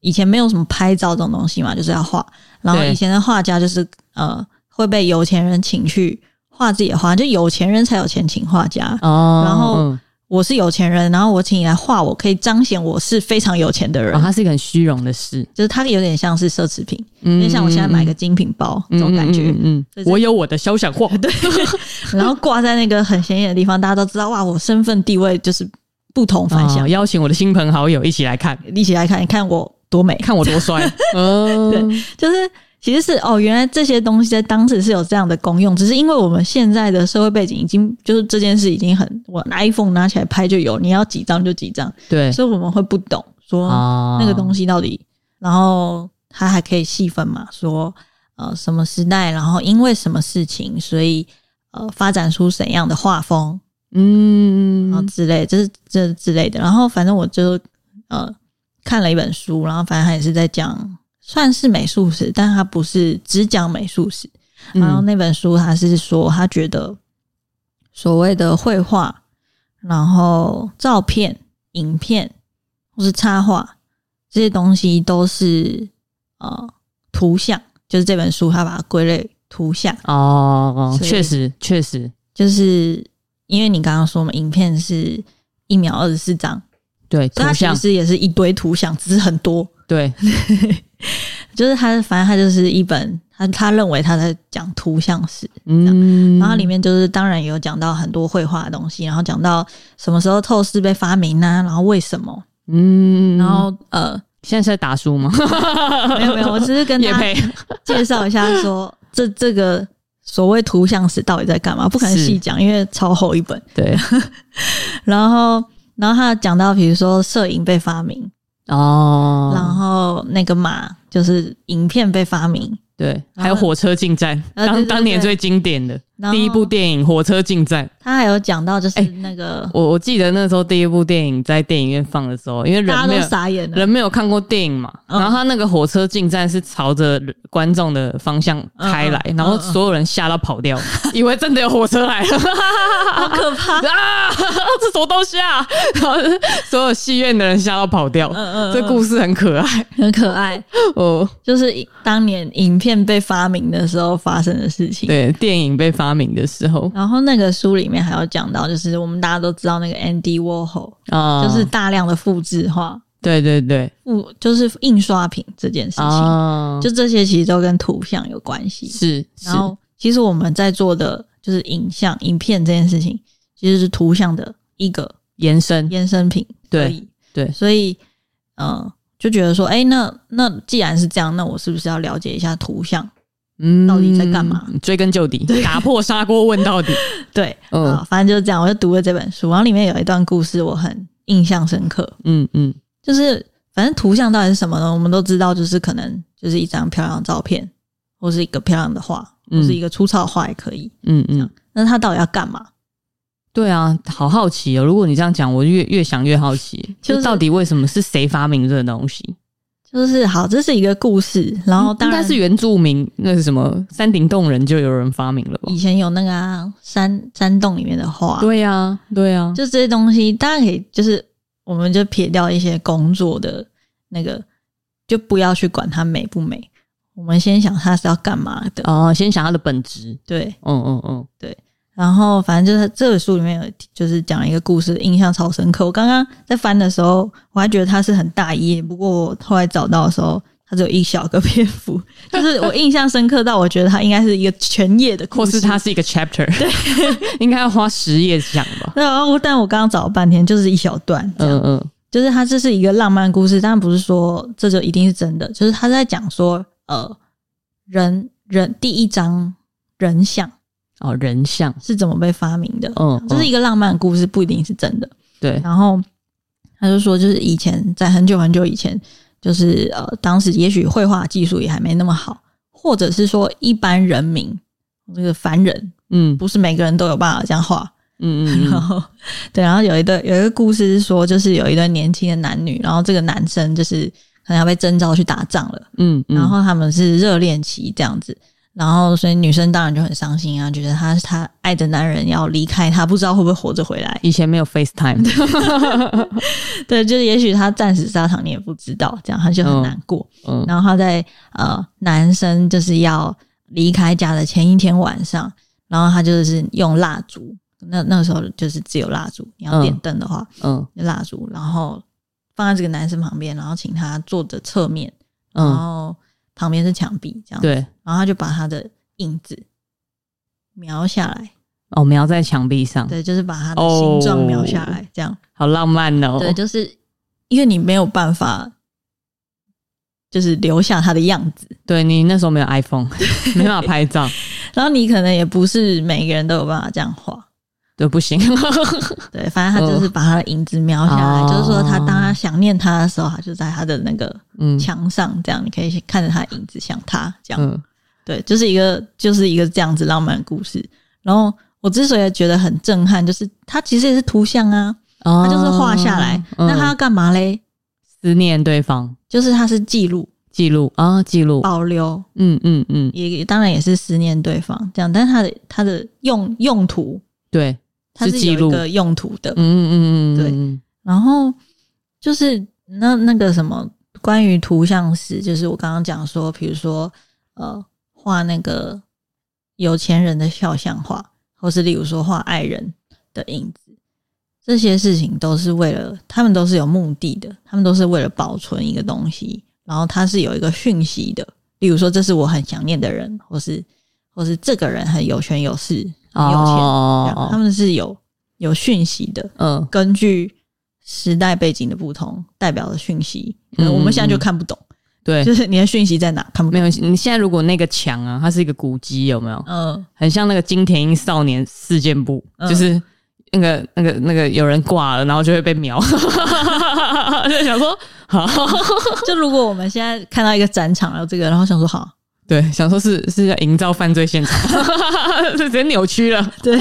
A: 以前没有什么拍照这种东西嘛，就是要画，然后
B: 对
A: 以前的画家就是呃会被有钱人请去画自己的画，就有钱人才有钱请画家。
B: 哦
A: 然后
B: 嗯
A: 我是有钱人，然后我请你来画，我可以彰显我是非常有钱的人，
B: 哦，它是一个很虚荣的事，
A: 就是它有点像是奢侈品，有
B: 嗯
A: 点像我现在买个精品包、这种感觉。
B: 嗯嗯
A: 所以这
B: 我有我的肖像画， 对，
A: 然后挂在那个很显眼的地方，大家都知道哇，我身份地位就是不同凡响。
B: 哦邀请我的亲朋好友一起来看，
A: 一起来看，看我多美。
B: 看 我多帅，嗯，
A: 对就是其实是哦，原来这些东西在当时是有这样的功用，只是因为我们现在的社会背景已经就是这件事已经很，我 iPhone 拿起来拍就有，你要几张就几张，
B: 对，
A: 所以我们会不懂说
B: 啊
A: 那个东
B: 西，
A: 西到底，然后它还可以细分嘛，说呃什么时代，然后因为什么事情，所以呃发展出怎样的画风，
B: 嗯
A: 然后之类，这是这之类的。然后反正我就呃看了一本书，然后反正他也是在讲，算是美术史，但他不是只讲美术史。然后
B: 嗯
A: 那本书他是说，他觉得所谓的绘画，然后照片、影片或是插画这些东西都是呃图像，就是这本书他把它归类图像。
B: 哦，
A: 所以
B: 确实确实，
A: 就是因为你刚刚说嘛，影片是一秒二十四张，
B: 对，
A: 所以
B: 图
A: 它
B: 像
A: 其，实也是一堆图像，只是很多。
B: 对，
A: 就是它，反正它就是一本，他他认为他在讲图像史，
B: 嗯，
A: 然后里面就是当然有讲到很多绘画的东西，然后讲到什么时候透视被发明呢、然后为什么，
B: 嗯，
A: 然后呃，
B: 现在是在打书吗？
A: 没有没有，我只是跟
B: 也
A: 大家
B: 配
A: 介绍一下说这这个所谓图像史到底在干嘛，不可能
B: 是
A: 细讲，因为超厚一本。
B: 对，
A: 然后然后他讲到比如说摄影被发明，
B: 哦，
A: 然后那个马就是影片被发明，
B: 对，
A: 后
B: 还有火车进站，
A: 呃对
B: 当
A: 对
B: 当年
A: 对
B: 最经典的
A: 然后
B: 第一部电影《火车进站》。
A: 他还有讲到就是
B: 哎
A: 那个、
B: 我我记得那时候第一部电影在电影院放的时候，因为
A: 大家
B: 人没有
A: 都傻眼 了，
B: 人没有看过电影嘛，
A: 嗯
B: 然后他那个火车进站是朝着人观众的方向开来，
A: 嗯嗯
B: 然后所有人吓到跑掉， 以为真的有火车 来了，
A: 好可怕。
B: 啊，这什么东西啊？然后所有戏院的人吓到跑掉。
A: 嗯嗯，
B: 这故事很可爱
A: 很可爱，
B: 哦，
A: 就是当年影片被发明的时候发生的事情。
B: 对，电影被发明的时候
A: 然后那个书里面还有讲到，就是我们大家都知道那个 Andy Warhol，、
B: 啊，
A: 就是大量的复制化、
B: 对对对
A: 复就是印刷品这件事情，
B: 啊，
A: 就这些其实都跟图像有关系。
B: 是是
A: 然后其实我们在做的就是影像、影片这件事情，其实是图像的一个
B: 延伸，
A: 衍生品。
B: 对
A: 所以
B: 对
A: 所以嗯、呃就觉得说，哎、那那既然是这样，那我是不是要了解一下图像？
B: 嗯
A: 到底在干嘛？
B: 追根究底，打破砂锅 问到底。
A: 对，啊、
B: 嗯
A: 反正就是这样。我就读了这本书，然后里面有一段故事我很印象深刻，
B: 嗯嗯，
A: 就是反正图像到底是什么呢？我们都知道，就是可能就是一张漂亮的照片，或是一个漂亮的画，或
B: 嗯
A: 是一个粗糙的画也可以。
B: 嗯嗯，
A: 那它到底要干嘛？
B: 对啊，好好奇哦。如果你这样讲，我越越想越好奇，
A: 就是
B: 就到底为什么是谁发明这个东西？嗯
A: 就是好，这是一个故事，然后当
B: 应
A: 然
B: 该是原住民，那是什么山顶洞人就有人发明了吧
A: 以？前有那个、啊、山山洞里面的画，
B: 对呀、啊，对呀、啊，
A: 就这些东西，大家可以就是我们就撇掉一些工作的那个，就不要去管它美不美，我们先想它是要干嘛的。
B: 哦，先想它的本质。
A: 对，
B: 嗯嗯嗯，
A: 然后反正就是这本书里面有就是讲了一个故事，印象超深刻。我刚刚在翻的时候，我还觉得它是很大一页，不过我后来找到的时候，它只有一小个篇幅， 就是我印象深刻到我觉得它应该是一个全页的故
B: 或
A: 事。
B: 是它是一个 chapter，应 该要花十页讲吧。
A: 对啊，然后但我刚刚找了半天，就是一小段这样。
B: 嗯嗯，
A: 就是它这是一个浪漫故事，但不是说这就一定是真的，就是他在讲说，呃，人人第一张人像
B: 哦，人像，
A: 是怎么被发明的，
B: 嗯，
A: 这是
B: 嗯
A: 一个浪漫故事，不一定是真的。
B: 对，
A: 然后他就说，就是以前在很久很久以前，就是呃，当时也许绘画技术也还没那么好，或者是说一般人民那个凡人，
B: 嗯
A: 不是每个人都有办法这样画。
B: 嗯嗯
A: 然
B: 嗯，
A: 后，对，然后有一对有一个故事是说，就是有一对年轻的男女，然后这个男生就是可能要被征召去打仗了，
B: 嗯，嗯
A: 然后他们是热恋期这样子，然后所以女生当然就很伤心啊，觉得她她爱的男人要离开她，不知道会不会活着回来。
B: 以前没 有 FaceTime，
A: 对，就是也许她战死沙场，你也不知道，这样她就很难过。
B: 嗯
A: 然后她在呃男生就是要离开家的前一天晚上，然后她就是用蜡烛，那那个时候就是只有蜡烛，你要点灯的话，
B: 嗯
A: 就蜡烛，然后放在这个男生旁边，然后请他坐着侧面，然
B: 嗯，
A: 后旁边是墙壁这样。
B: 对，
A: 然后他就把他的印子描下来，
B: 哦，描在墙壁上，
A: 对，就是把他的
B: 哦
A: 形状描下来，这样，
B: 好浪漫哦，
A: 对，就是因为你没有办法，就是留下他的样子，
B: 对你那时候没有 iPhone，没 办法拍照，
A: 然后你可能也不是每个人都有办法这样画，
B: 对，不行，
A: 对，反正他就是把他的影子描下来，
B: 哦
A: 就是说他当他想念他的时候，他就在他的那个
B: 嗯
A: 墙上，这样你可以看着他的影子想他，这样，
B: 嗯
A: 对，就是一个就是一个这样子浪漫的故事。然后我之所以觉得很震撼，就是它其实也是图像啊，
B: 哦
A: 它就是画下来。
B: 嗯
A: 那它要干嘛嘞？
B: 思念对方，
A: 就是它是记录、
B: 记录啊，记录，
A: 保留，
B: 嗯嗯嗯，
A: 也也当然也是思念对方这样，但是它的它的用用途，
B: 对，
A: 它
B: 是
A: 是
B: 记
A: 有
B: 录
A: 一个用途的。
B: 嗯嗯嗯嗯，
A: 对
B: 嗯，
A: 然后就是那那个什么，关于图像史，就是我刚刚讲说，比如说呃，画那个有钱人的肖像画，或是例如说画爱人的影子，这些事情都是为了他们都是有目的的，他们都是为了保存一个东西，然后它是有一个讯息的，例如说这是我很想念的人，或是或是这个人很有权有势，很有钱，这样他
B: 哦，
A: 们是有有讯息的，
B: 嗯，
A: 根据时代背景的不同，代表的讯息，可能
B: 嗯
A: 我们现在就
B: 嗯
A: 看不懂，
B: 对，
A: 就是你的讯息在哪看不
B: 没
A: 懂。
B: 有，你现在如果那个墙啊，它是一个古迹，有没有？
A: 嗯，
B: 很像那个金田一少年事件簿，
A: 嗯
B: 就是那个那个那个有人挂了，然后就会被秒， 就想说好，
A: 就如果我们现在看到一个展场，然后这个，然后想说 好，
B: 对，想说是是要营造犯罪现场，就 直接扭曲了。
A: 对，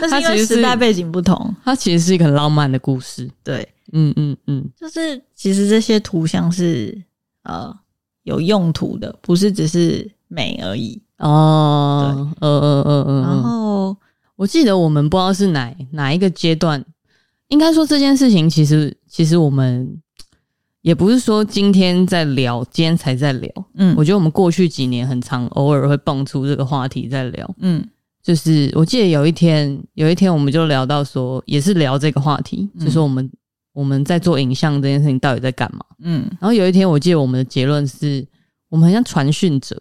A: 但是因
B: 它其
A: 为
B: 实是
A: 时代背景不同，
B: 它其实是一个很浪漫的故事，
A: 对，
B: 嗯嗯嗯，
A: 就是其实这些图像是呃有用途的，不是只是美而已。
B: 哦，呃呃呃呃，
A: 然后
B: 我记得我们不知道是哪哪一个阶段，应该说这件事情其实其实我们也不是说今天在聊，今天才在聊。
A: 嗯，
B: 我觉得我们过去几年很常偶尔会蹦出这个话题在聊，
A: 嗯
B: 就是我记得有一天有一天我们就聊到说，也是聊这个话题，
A: 嗯
B: 就说我们、我们在做影像这件事情到底在干嘛。
A: 嗯
B: 然后有一天我记得我们的结论是我们很像传讯者，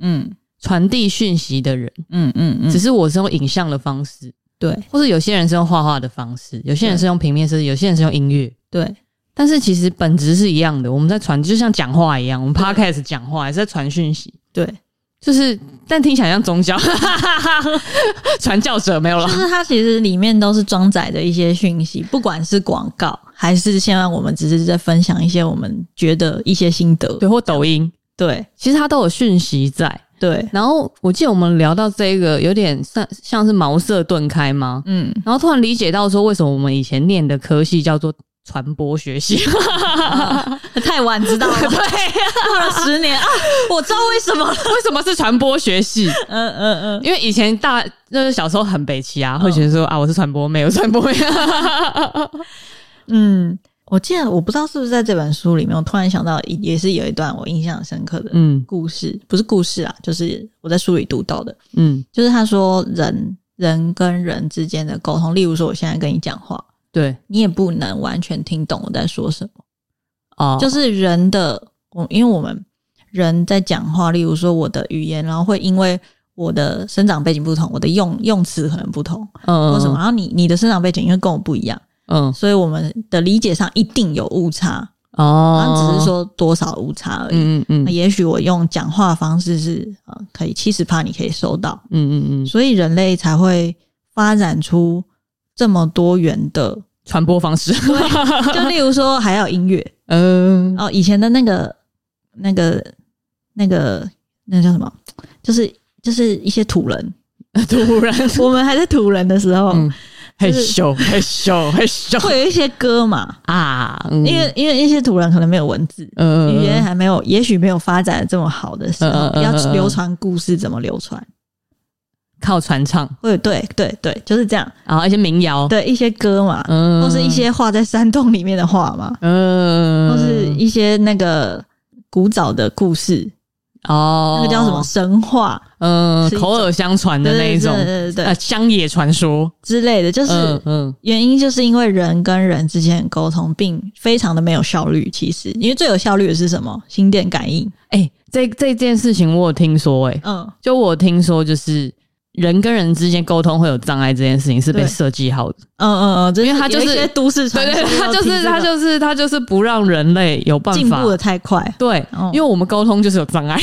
A: 嗯
B: 传递讯息的人，
A: 嗯嗯
B: 只
A: 嗯，
B: 是我是用影像的方式。
A: 对
B: 或者有些人是用画画的方式，有些人是用平面设计，有些人是用音乐，
A: 对
B: 但是其实本质是一样的。我们在传，就像讲话一样，我们 podcast 讲话也是在传讯息，
A: 对，
B: 就是但听起来像宗教， 传教者没有了
A: 就。是它其实里面都是装载着一些讯息，不管是广告还是现在我们只是在分享一些我们觉得一些心得。
B: 对，或抖音，
A: 对
B: 其实它都有讯息在。
A: 对，
B: 然后我记得我们聊到这个，有点像像是茅塞顿开吗？
A: 嗯，
B: 然后突然理解到说，为什么我们以前念的科系叫做传播学 系？
A: 太晚知道了， 对，过了十年啊，我知道为什么了。
B: 为什么是传播学系？
A: 嗯嗯嗯，
B: 因为以前大就是小时候很北齐啊，会觉得说啊，我是传播妹，我是传 播妹。
A: 嗯，我记得我不知道是不是在这本书里面，我突然想到一也是有一段我印象很深刻的
B: 嗯
A: 故事，不是故事啊，就是我在书里读到的，
B: 嗯，
A: 就是他说人人跟人之间的沟通，例如说我现在跟你讲话，
B: 对
A: 你也不能完全听懂我在说什么。
B: 哦，
A: 就是是人的，我因为我们人在讲话，例如说我的语言，然后会因为我的生长背景不同，我的用用词可能不同，
B: 嗯
A: 或什么，然后你你的生长背景因为跟我不一样，
B: 嗯
A: 所以我们的理解上一定有误差，
B: 哦，
A: 然后只是说多少误差而已。
B: 嗯嗯
A: 那
B: 嗯
A: 也许我用讲话的方式是呃，可以七十趴你可以收到，
B: 嗯嗯嗯，
A: 所以人类才会发展出这么多元 的，
B: 传播方式，
A: 就例如说还有音乐，
B: 嗯
A: 哦，以前的那个、那个、那个、那个叫什么？就是就是一些土人，
B: 突然
A: 我们还在土人的时候，
B: 嗯害
A: 就是
B: 羞害羞害羞
A: 哦会有一些歌嘛，
B: 啊！嗯
A: 因为因为一些土人可能没有文字，
B: 呃
A: 语言还没有，也许没有发展得这么好的时
B: 嗯嗯
A: 候，
B: 嗯
A: 要
B: 嗯嗯
A: 流传故事怎么流传？
B: 靠传唱
A: 会对对对，就是这样。
B: 啊，而且民谣，
A: 对一些歌嘛，
B: 嗯
A: 或是一些画在山洞里面的画嘛，
B: 嗯，
A: 或是一些那个古早的故事，
B: 哦，
A: 那个叫什么神话
B: 嗯，
A: 是一种
B: 口耳相传的那一种
A: 对对对对
B: 啊，
A: 对
B: 乡野传说，
A: 之类的，就是
B: 嗯嗯
A: 原因就是因为人跟人之间的沟通并非常的没有效率。其实，因为最有效率的是什么？心电感应。
B: 哎、这这件事情我有听说、哎，
A: 嗯，
B: 就我有听说，就是人跟人之间沟通会有障碍这件事情是被
A: 对
B: 设计好的，
A: 嗯嗯嗯，因
B: 因为它就是
A: 都市传
B: 对
A: 说
B: 对对，他就
A: 要
B: 是
A: 提这个
B: 他就是他就是不让人类有办
A: 进
B: 法
A: 步的太快，
B: 对，
A: 嗯
B: 因为我们沟通就是有障 碍，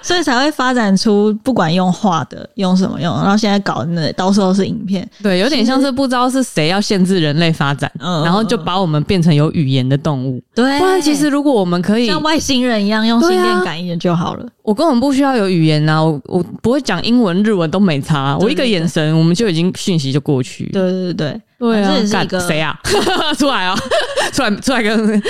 A: 所以才会发展出不管用画的，用什么用，然后现在搞那到时候是影片，
B: 对，有点像是不知道是谁要限制人类发展，
A: 嗯
B: 然后就把我们变成有语言的动物。
A: 对
B: 不然，其实如果我们可以，
A: 像外星人一样用心
B: 对啊
A: 电感应就好了。
B: 我根本不需要有语言啊，我我不会讲英文、日文都没差，啊
A: 对
B: 我一个眼神我们就已经讯息就过去。
A: 对对对
B: 对啊
A: 这也，是一
B: 干
A: 个
B: 谁啊？ 出来啊！出来出 来跟
A: 对，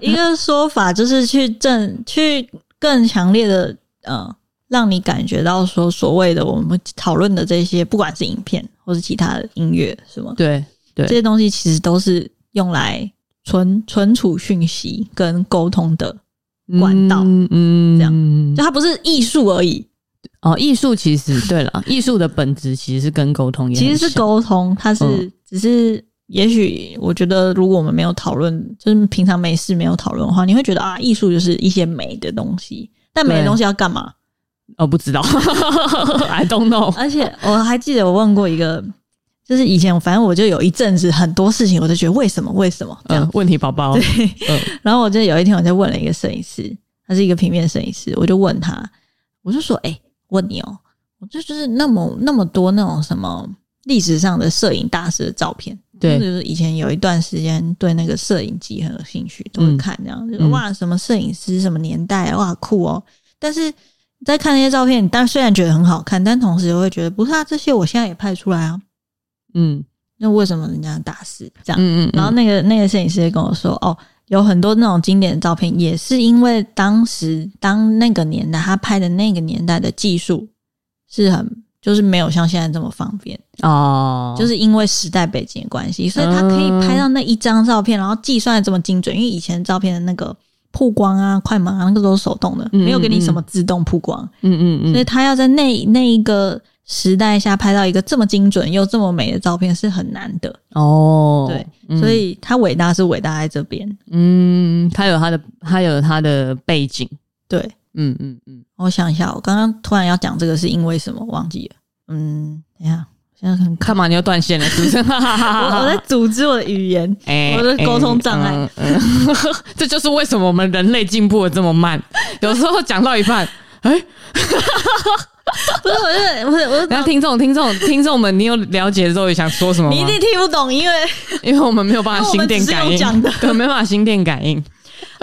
A: 一个说法就是去正去更强烈的呃，让你感觉到说所谓的我们讨论的这些，不管是影片或是其他的音乐什么，
B: 对对
A: 这些东西其实都是用来存存储讯息跟沟通的，管道
B: 嗯嗯
A: 这
B: 样
A: 就它不是艺术而已，
B: 哦，艺术其实对了，艺术的本质其实是跟沟通也很
A: 其实是
B: 像
A: 沟通，它是、
B: 嗯
A: 只是也许我觉得，如果我们没有讨论，就是平常没事没有讨论的话，你会觉得啊，艺术就是一些美的东西，但美的
B: 对
A: 东西要干嘛？
B: 哦，不知 道，I don't know。
A: 而且我还记得我问过一个，就是以前反正我就有一阵子很多事情，我就觉得为什么为什么这样，
B: 嗯，问题宝宝，
A: 然后我就有一天我就问了一个摄影师，他是一个平面摄影师，我就问他，我就说，哎、问你哦，我就就是那么那么多那种什么历史上的摄影大师的照片。
B: 对
A: 就是以前有一段时间对那个摄影机很有兴趣，都会看这样，就是
B: 嗯
A: 哇，什么摄影师什么年代，哇，酷哦。但是在看那些照片，你但虽然觉得很好看，但同时又会觉得，不是啊，这些我现在也拍出来啊，
B: 嗯
A: 那为什么人家大师这样？
B: 嗯嗯，
A: 然后那个那个摄影师就跟我说，哦，有很多那种经典的照片，也是因为当时当那个年代他拍的那个年代的技术是很。就是没有像现在这么方便，
B: 哦，嗯
A: 就是因为时代背景的关系，所以他可以拍到那一张照片，然后计算的这么精准。因为以前照片的那个曝光啊、快门啊，那个都是手动的，
B: 嗯
A: 没有给你什么自动曝光，
B: 嗯嗯
A: 所以
B: 嗯，
A: 他要在那那一个时代下拍到一个这么精准又这么美的照片是很难的。
B: 哦，
A: 对，
B: 嗯
A: 所以他伟大是伟大在这边。
B: 嗯，他有他的，他有他的背景，
A: 对，
B: 嗯嗯嗯，
A: 我想一下，我刚刚突然要讲这个是因为什么，忘记了。嗯，等一下，现在 很
B: 干嘛你又断线了？是不是？
A: 我
B: 啊
A: 我在组织我的语言。
B: 哎
A: 我的沟通障碍，
B: 哎嗯 嗯这就是为什么我们人类进步的这么慢。有时候讲到一 半，
A: 不是，我是我是我是
B: 然后听众、听众、听众们，你有了解之后也想说什么
A: 你一
B: 吗？
A: 定听不懂，因为。
B: 因为我们没有办法心电感
A: 因为我们只是
B: 应
A: 用讲的，
B: 对，没办法心电感 应。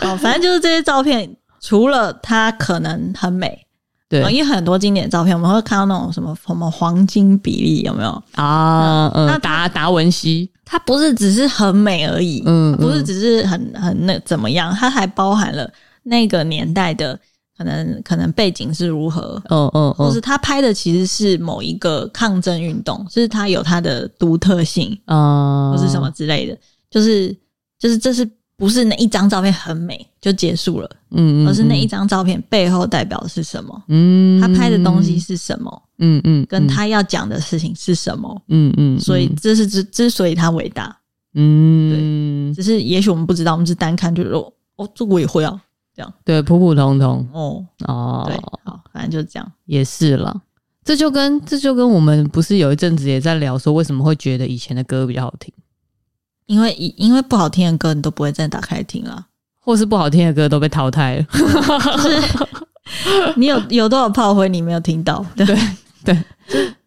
A: 哦，反正就是这些照片，除了它可能很美，
B: 对
A: 哦因为很多经典照片，我们会看到那种什么什么黄金比例，有没有？
B: 啊，
A: 那
B: 嗯，
A: 他
B: 达达文西，
A: 它不是只是很美而已，
B: 嗯，
A: 不是只是很很那怎么样，它还包含了那个年代的可能可能背景是如何。
B: 嗯，嗯
A: 或
B: 嗯
A: 是他拍的其实是某一个抗争运动，就是它有它的独特性，
B: 嗯，
A: 或是什么之类的，就是就是这是不是那一张照片很美就结束了，
B: 嗯，嗯，嗯
A: 而是那一，张照片背后代表的是什么，
B: 嗯，
A: 他拍的东西，是什么，
B: 嗯嗯，
A: 跟
B: 嗯，
A: 他要讲的事情是什么。
B: 嗯嗯，
A: 所以这是之之所以他伟大，
B: 嗯，嗯，
A: 只是也许我们不知道，我们是单看就是哦哦，这我也会啊，
B: 对，普普通通
A: 哦，
B: 哦
A: 对，，好，反正就是这样。
B: 也是啦。这就跟这就跟我们不是有一阵子也在聊说，为什么会觉得以前的歌比较好听，
A: 因为以因为不好听的歌你都不会再打开听了，
B: 或是不好听的歌都被淘汰了？
A: 你有有多少炮灰你没有听到？对
B: 对，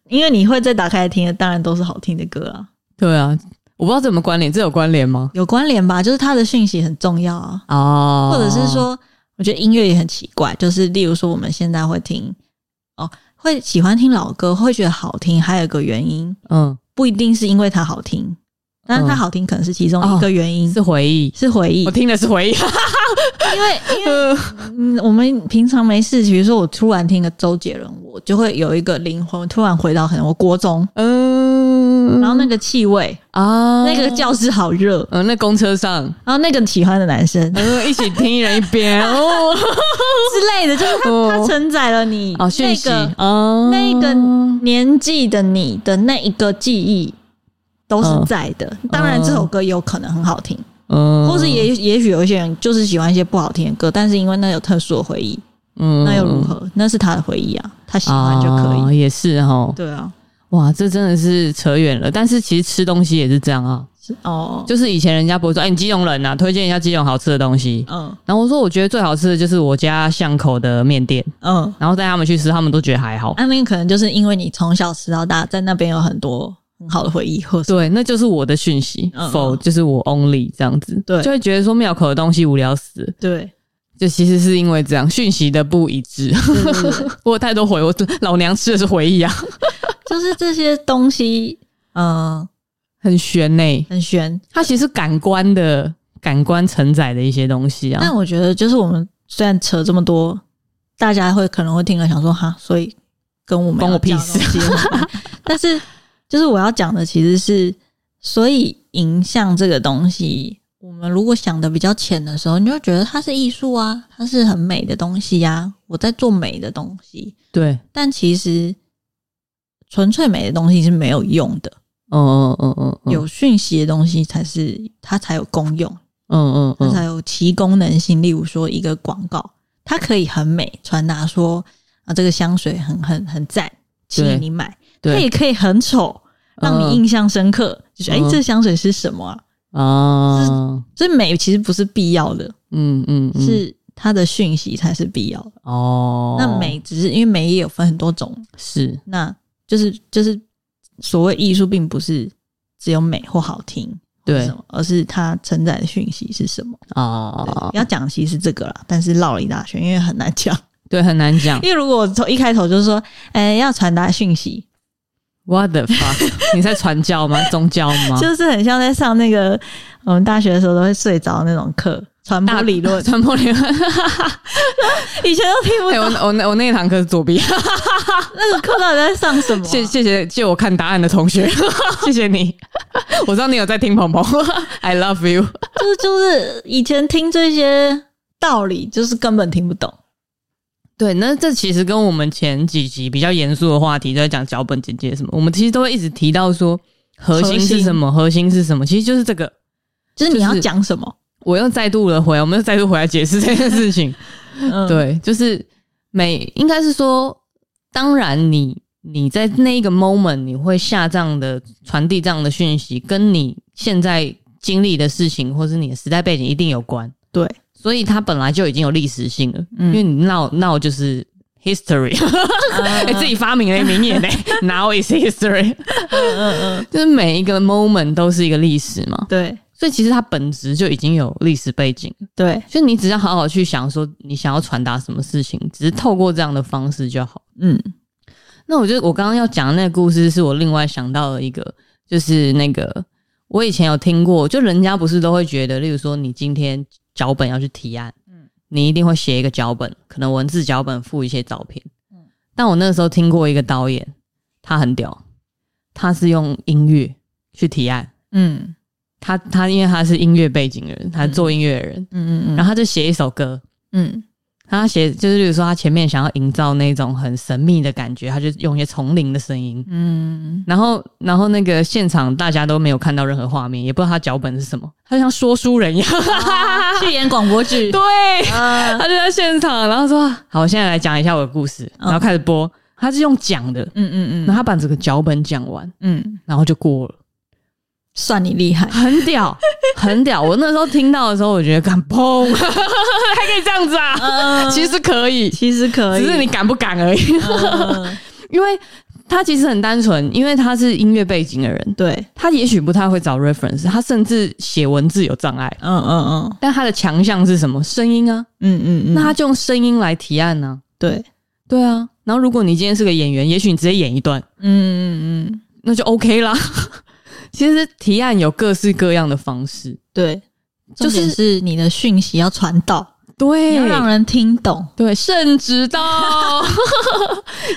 A: 因为你会再打开听的，当然都是好听的歌啊，
B: 对啊，我不知道怎么关联，这有关联吗？
A: 有关联吧？就是它的讯息很重要啊。
B: 哦，
A: 或者是，说，我觉得音乐也很奇怪，就是例如说我们现在会听哦，会喜欢听老歌，会觉得好听，还有一个原因，
B: 嗯，
A: 不一定是因为它好听，但是它好听可能是其中一个原因，
B: 是回忆。
A: 是回忆
B: 嗯哦我。听的是回忆，
A: 因为因 为、嗯、我们平常没事，比如说我突然听个周杰伦，我就会有一个灵魂突然回到可能我国中，
B: 嗯，
A: 然后那个气味，
B: 啊，
A: 那个，教室好热，
B: 嗯，那公车上，
A: 然后那个喜欢的男生
B: 嗯，一起听一人一边， 哦，
A: 之类的，就是
B: 哦
A: 它它承载了你
B: 哦，讯
A: 那
B: 息，
A: 个
B: 哦，
A: 那个年纪的你的那一个记忆都是在的。当然，这首歌有可能很好听，
B: 哦嗯，
A: 或是也也许有一些人就是喜欢一些不好听的歌，但是因为那有特殊的回忆，
B: 嗯，
A: 那又如何？那是他的回忆啊，他喜欢就可以。
B: 哦也是哈，
A: 对啊，
B: 哇，这真的是扯远了。但是其实吃东西也是这样啊，
A: 是哦，
B: 就是以前人家不会说，哎、你基隆人呐、啊，推荐一下基隆好吃的东西。
A: 嗯
B: 然后我说，我觉得最好吃的就是我家巷口的面店，
A: 嗯，
B: 然后带他们去吃，他们都觉得还好。
A: 啊，那个可能就是因为你从小吃到大，在那边有很多很好的回忆，或是
B: 对，那就是我的讯息
A: 嗯嗯，
B: 否、就是我 only 这样子，
A: 对
B: 就会觉得说庙口的东西无聊死了，
A: 对
B: 就其实是因为这样讯息的不一致。
A: 对对对。
B: 我有太多回，我老娘吃的是回忆啊，
A: 就是这些东西，嗯、
B: 很悬欸呢、
A: 很玄。
B: 它其实是感官的感官承载的一些东西啊。
A: 但我觉得，就是我们虽然扯这么多，大家会可能会听了想说，哈，所以跟我们
B: 关我
A: 要讲的
B: 屁
A: 东西有关 但是，就是我要讲的其实是，所以影像这个东西，我们如果想的比较浅的时候，你就会觉得它是艺术啊，它是很美的东西呀、我在做美的东西。
B: 对，
A: 但其实，纯粹美的东西是没有用的，
B: 嗯嗯嗯嗯嗯，
A: 有讯息的东西才是它才有功用。
B: 嗯嗯
A: 它才
B: 嗯，
A: 有其功能性。例如说，一个广告，它可以很美，传达说啊，这个香水很很很赞，吸
B: 对
A: 引你买；它
B: 对
A: 也可以很丑，让你印象深刻，就是哎、
B: 嗯
A: 这个香水是什么啊？
B: 啊，
A: 所以美其实不是必要的，
B: 嗯嗯嗯
A: 是它的讯息才是必要的。
B: 哦，
A: 那美只是因为美也有分很多种，
B: 是
A: 那就是就是所谓艺术，并不是只有美或好听。或是
B: 对
A: 什么，而是它承载的讯息是什么？
B: 啊
A: 对，要讲其实是这个啦，但是绕了一大圈，因为很难讲。
B: 对，很难讲。
A: 因为如果我从一开头就说，哎、要传达讯息，
B: What the fuck？你在 传教吗？宗教吗？
A: 就是很像在上那个我们大学的时候都会睡着那种课，传播理论，
B: 传播理论。
A: 以前都听不
B: 哎，
A: 懂
B: 我我那我那一堂课是作弊，
A: 那个课到底在上什么 啊、
B: 谢谢谢借我看答案的同学， 谢谢你。 我知道你有在听鹏 鹏，I love you。
A: 就是就是以前听这些道理，就是根本听不懂。
B: 对，那这其实跟我们前几集比较严肃的话题，都在讲脚本简介什么，我们其实都会一直提到说核心是什么，核心是什么，其实就是这个。
A: 就是你要
B: 就是
A: 讲什么？
B: 我又再度的回来，我们又再度回来解释这件事情。
A: 嗯，
B: 对，就是每应该是说，当然你你在那一个 moment 你会下这样的传递这样的讯息，跟你现在经历的事情或是你的时代背景一定有关，
A: 对，
B: 所以它本来就已经有历史性了，
A: 嗯
B: 因为你闹闹就是 history。哎、 自己发明了一个名 言呢、n o w is history，
A: 嗯嗯嗯，
B: 就是每一个 moment 都是一个历史嘛，
A: 对
B: 所以其实它本质就已经有历史背景，
A: 对，
B: 所以你只要好好去想说你想要传达什么事情，只是透过这样的方式就好。
A: 嗯
B: 那我觉得我刚刚要讲的那个故事，是我另外想到的一个，就是那个我以前有听过，就人家不是都会觉得，例如说你今天脚本要去提案，
A: 嗯
B: 你一定会写一个脚本，可能文字脚本附一些照片，
A: 嗯
B: 但我那时候听过一个导演，他很屌，他是用音乐去提案，
A: 嗯
B: 他他因为他是音乐背景的人，他是做音乐的人，
A: 嗯嗯
B: 然
A: 嗯
B: 后他就写一首歌，
A: 嗯
B: 他写就是，例如说，他前面想要营造那种很神秘的感觉，他就用一些丛林的声音，
A: 嗯，
B: 然后，然后那个现场大家都没有看到任何画面，也不知道他脚本是什么，他就像说书人 一样，
A: 啊去演广播 剧，
B: 对，
A: 嗯
B: 他就在现场，然后说：“好，我现在来讲一下我的故事。”
A: 嗯
B: 然后开始播，他是用讲的，
A: 嗯
B: 然后他把整个脚本讲完，
A: 嗯，
B: 然后就过了，
A: 算你厉害，
B: 很屌， 很屌。我那时候听到的时候，我觉得敢砰，还可以这样子啊，
A: 嗯，
B: 其实可以，
A: 其实可以，
B: 只是你敢不敢而已。
A: 嗯
B: 因为他其实很单纯，因为他是音乐背景的人，
A: 对，
B: 他也许不太会找 reference，他甚至写文字有障碍。
A: 嗯嗯嗯
B: 但他的强项是什么？声音啊，
A: 嗯嗯嗯，
B: 那他就用声音来提案呢、
A: 对，
B: 对啊，然后如果你今天是个演员，也许你直接演一段，
A: 嗯嗯嗯，
B: 那就 OK 啦。 其实提案有各式各样的方式，
A: 对，
B: 就
A: 就是是是你的讯息要传导，你
B: 对
A: 要让人听懂，
B: 对，甚至到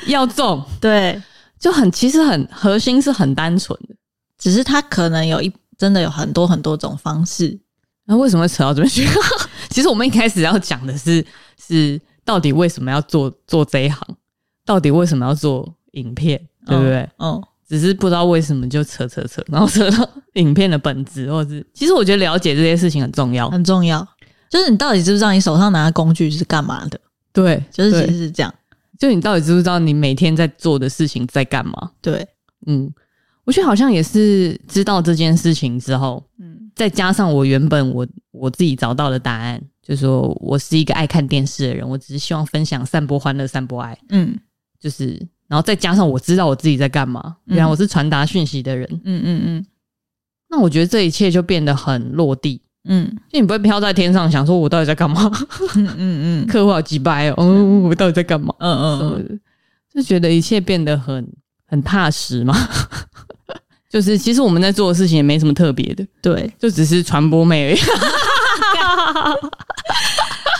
B: 要中，
A: 对，
B: 就很其实很核心是很单纯的。
A: 只是他可能有一真的有很多很多种方式，
B: 那为什么会扯到这边去？ 其实我们一开始要讲的是，是到底为什么要做做这一行，到底为什么要做影片，对不对？
A: 嗯？
B: 只是不知道为什么就扯扯扯，然后扯到影片的本质，或者是其实我觉得了解这些事情很重要
A: 嗯，。很重要，就是你到底知不知道你手上拿的工具是干嘛的？
B: 对，
A: 就是其
B: 对
A: 实是这样，
B: 就你到底知不知道你每天在做的事情在干嘛？
A: 对，
B: 嗯，我觉得好像也是知道这件事情之后，
A: 嗯
B: 再加上我原本我我自己找到的答案，就是说我是一个爱看电视的人，我只是希望分享、散播欢乐、散播爱，
A: 嗯
B: 就是然后再加上我知道我自己在干嘛，
A: 嗯
B: 然后我是传达讯息的人，
A: 嗯嗯嗯
B: 那我觉得这一切就变得很落地，
A: 嗯
B: 就你不会飘在天上想说我到底在干嘛，
A: 嗯嗯嗯
B: 客户好鸡掰哦，嗯，我到底在干嘛？
A: 嗯
B: 什么
A: 嗯，
B: 的，就觉得一切变得很很踏实嘛。 就是其实我们在做的事情也没什么特别的，
A: 对，
B: 就只是传播妹而已。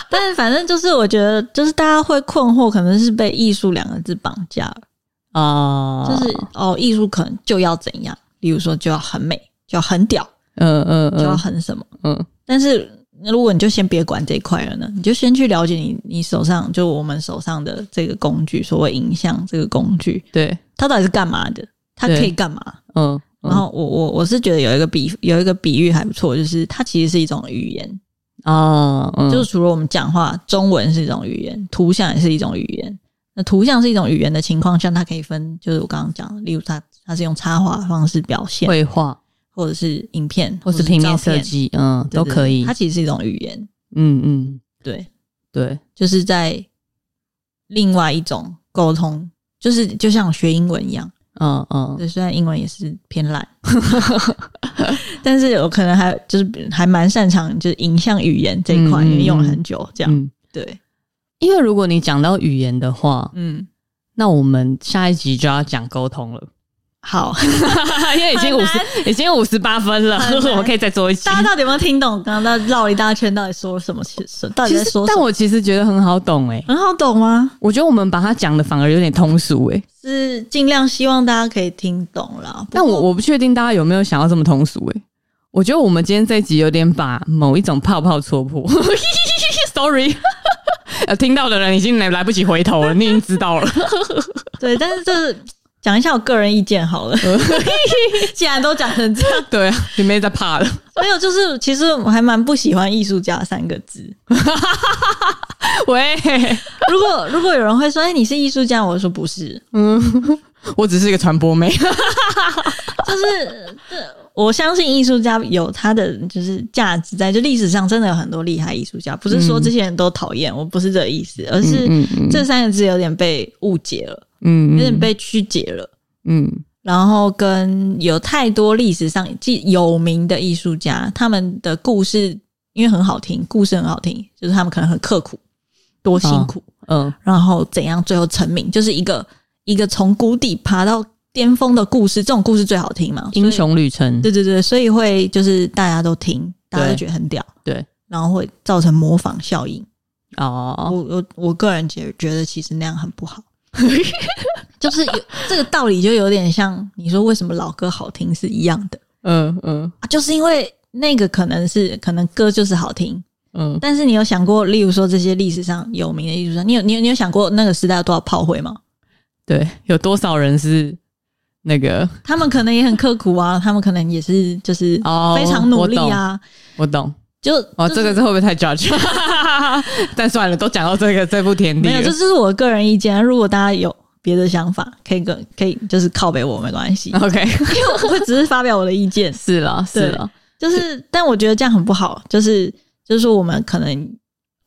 A: 但是反正就是我觉得，就是大家会困惑，可能是被“艺术”两个字绑架了，
B: 啊
A: 就是哦，艺术可能就要怎样，例如说就要很美，就要很屌，
B: 嗯嗯
A: 就要
B: 嗯
A: 很什么，
B: 嗯，
A: 但是如果你就先别管这一块了呢，你就先去了解你你手上就我们手上的这个工具，所谓影像这个工具，
B: 对，
A: 它到底是干嘛的？它
B: 对
A: 可以干嘛？
B: 嗯，嗯
A: 然后我我我是觉得有一个比有一个比喻还不错，就是它其实是一种语言，
B: 啊，嗯
A: 哦就是除了我们讲话，中文是一种语言，图像也是一种语言。那图像是一种语言的情况下，它可以分，就是我刚刚讲的，例如它它是用插画的方式表现，
B: 绘画
A: 或者是影片，
B: 或是平面设
A: 照片，
B: 计，嗯，
A: 对
B: 都可以
A: 对对。它其实是一种语言，
B: 嗯嗯，
A: 对，
B: 对，
A: 就是在另外一种沟通，就是就像学英文一样，
B: 嗯嗯
A: 对，虽然英文也是偏烂， 但是我可能还就是还蛮擅长就是影像语言这一块，
B: 嗯嗯
A: 因为用了很久，这样、
B: 嗯。
A: 对，
B: 因为如果你讲到语言的话，
A: 嗯，
B: 那我们下一集就要讲沟通 了，
A: 好，
B: 因为已经五
A: 很
B: 十，已经五十八分了，
A: 很难
B: 我可以再做一集
A: 大。家到底有没有听懂？刚刚绕一大圈，到底说了什么？其实到底
B: 其
A: 在
B: 实
A: 说，什
B: 但
A: 么？
B: 我其实觉得很好懂诶、
A: 很好懂啊吗？
B: 我觉得我们把它讲的反而有点通俗欸诶、
A: 是尽量希望大家可以听懂啦。
B: 但我
A: 我
B: 我不确定大家有没有想要这么通俗诶、我觉得我们今天这一集有点把某一种泡泡戳破 ，sorry，呃，听到的人已经来来不及回头了，你已经知道了，
A: 对，但是这是讲一下我个人意见好了。 既然都讲成这样，
B: 对啊，你没在怕了，
A: 没有，就是其实我还蛮不喜欢“艺术家”三个字。
B: 喂，
A: 如果如果有人会说：“哎、你是艺术家？”我会说不是，
B: 我只是一个传播妹，
A: 就是这我相信艺术家有他的就是价值在，就历史上真的有很多厉害艺术家，不是说这些人都讨厌，我不是这个意思，而是
B: 嗯嗯
A: 这三个字有点被误解了，有点
B: 嗯
A: 被曲解了。
B: 嗯
A: 然后跟有太多历史上既有名的艺术家，他们的故事因为很好听，故事很好听，就是他们可能很刻苦，多辛苦，
B: 嗯
A: 然后怎样最后成名，就是一个一个从谷底爬到巅峰的故事。这种故事最好听嘛，
B: 英
A: 所
B: 雄旅程
A: 以。，对对对，所以会就是大家都听，大家都
B: 对
A: 觉得很屌，
B: 对，
A: 然后会造成模仿效应。
B: 哦，
A: 我我我个人觉觉得其实那样很不 好，就是有这个道理就有点像你说为什么老歌好听是一样的
B: 嗯嗯
A: 啊，就是因为那个可能是可能歌就是好听，
B: 嗯，
A: 但是你有想过，例如说这些历史上有名的艺术家，你有你有你有想过那个时代有多少炮灰吗？
B: 对，有多少人是那个？
A: 他们可能也很刻苦啊，他们可能也是就是
B: 哦
A: 非常努力啊，
B: 我懂，
A: 就
B: 哦，
A: 就是
B: 这个是会不会太 judge？但算了，都讲到这个这步田地
A: 没有，
B: 了，
A: 这是我个人意见。啊如果大家有别的想法，可以跟可以就是靠北我没关系，
B: OK，
A: 因为我会只是发表我的意见。
B: 是了是了，
A: 就是，但我觉得这样很不好，就是就是说我们可能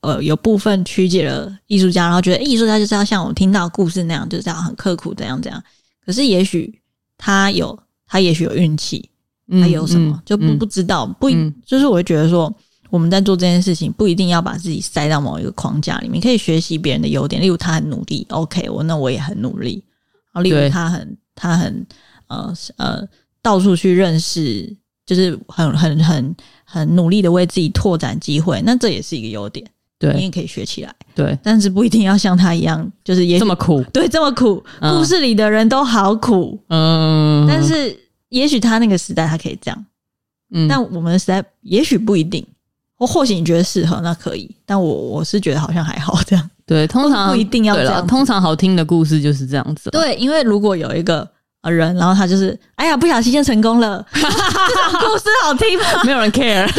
A: 呃有部分曲解了艺术家，然后觉得诶艺术家就是要像我们听到的故事那样，就是要很刻苦怎样怎样。可是也许他有他也许有运气，
B: 嗯
A: 他有什么、就不、
B: 嗯
A: 不知道，不、
B: 嗯
A: 就是我会觉得说。我们在做这件事情，不一定要把自己塞到某一个框架里面，可以学习别人的优点，例如他很努力，OK，我那我也很努力。啊，例如
B: 对
A: 他很他很呃呃到处去认识，就是很很很很努力的为自己拓展机会，那这也是一个优点，你
B: 对
A: 也可以学起来，
B: 对，
A: 但是不一定要像他一样，就是也许
B: 这么苦，
A: 对这么苦，
B: 嗯
A: 故事里的人都好苦，
B: 嗯，
A: 但是也许他那个时代他可以这样，
B: 嗯，
A: 但我们的时代也许不一定。或或许你觉得适合，那可以，但我我是觉得好像还好这样。
B: 对，通常
A: 不一定要
B: 对
A: 这
B: 啦
A: 样子
B: 通常好听的故事就是这样子，，
A: 对，因为如果有一个呃人，然后他就是哎呀不小心就成功 了，这种故事好听吗？
B: 没有 人 care，
A: 就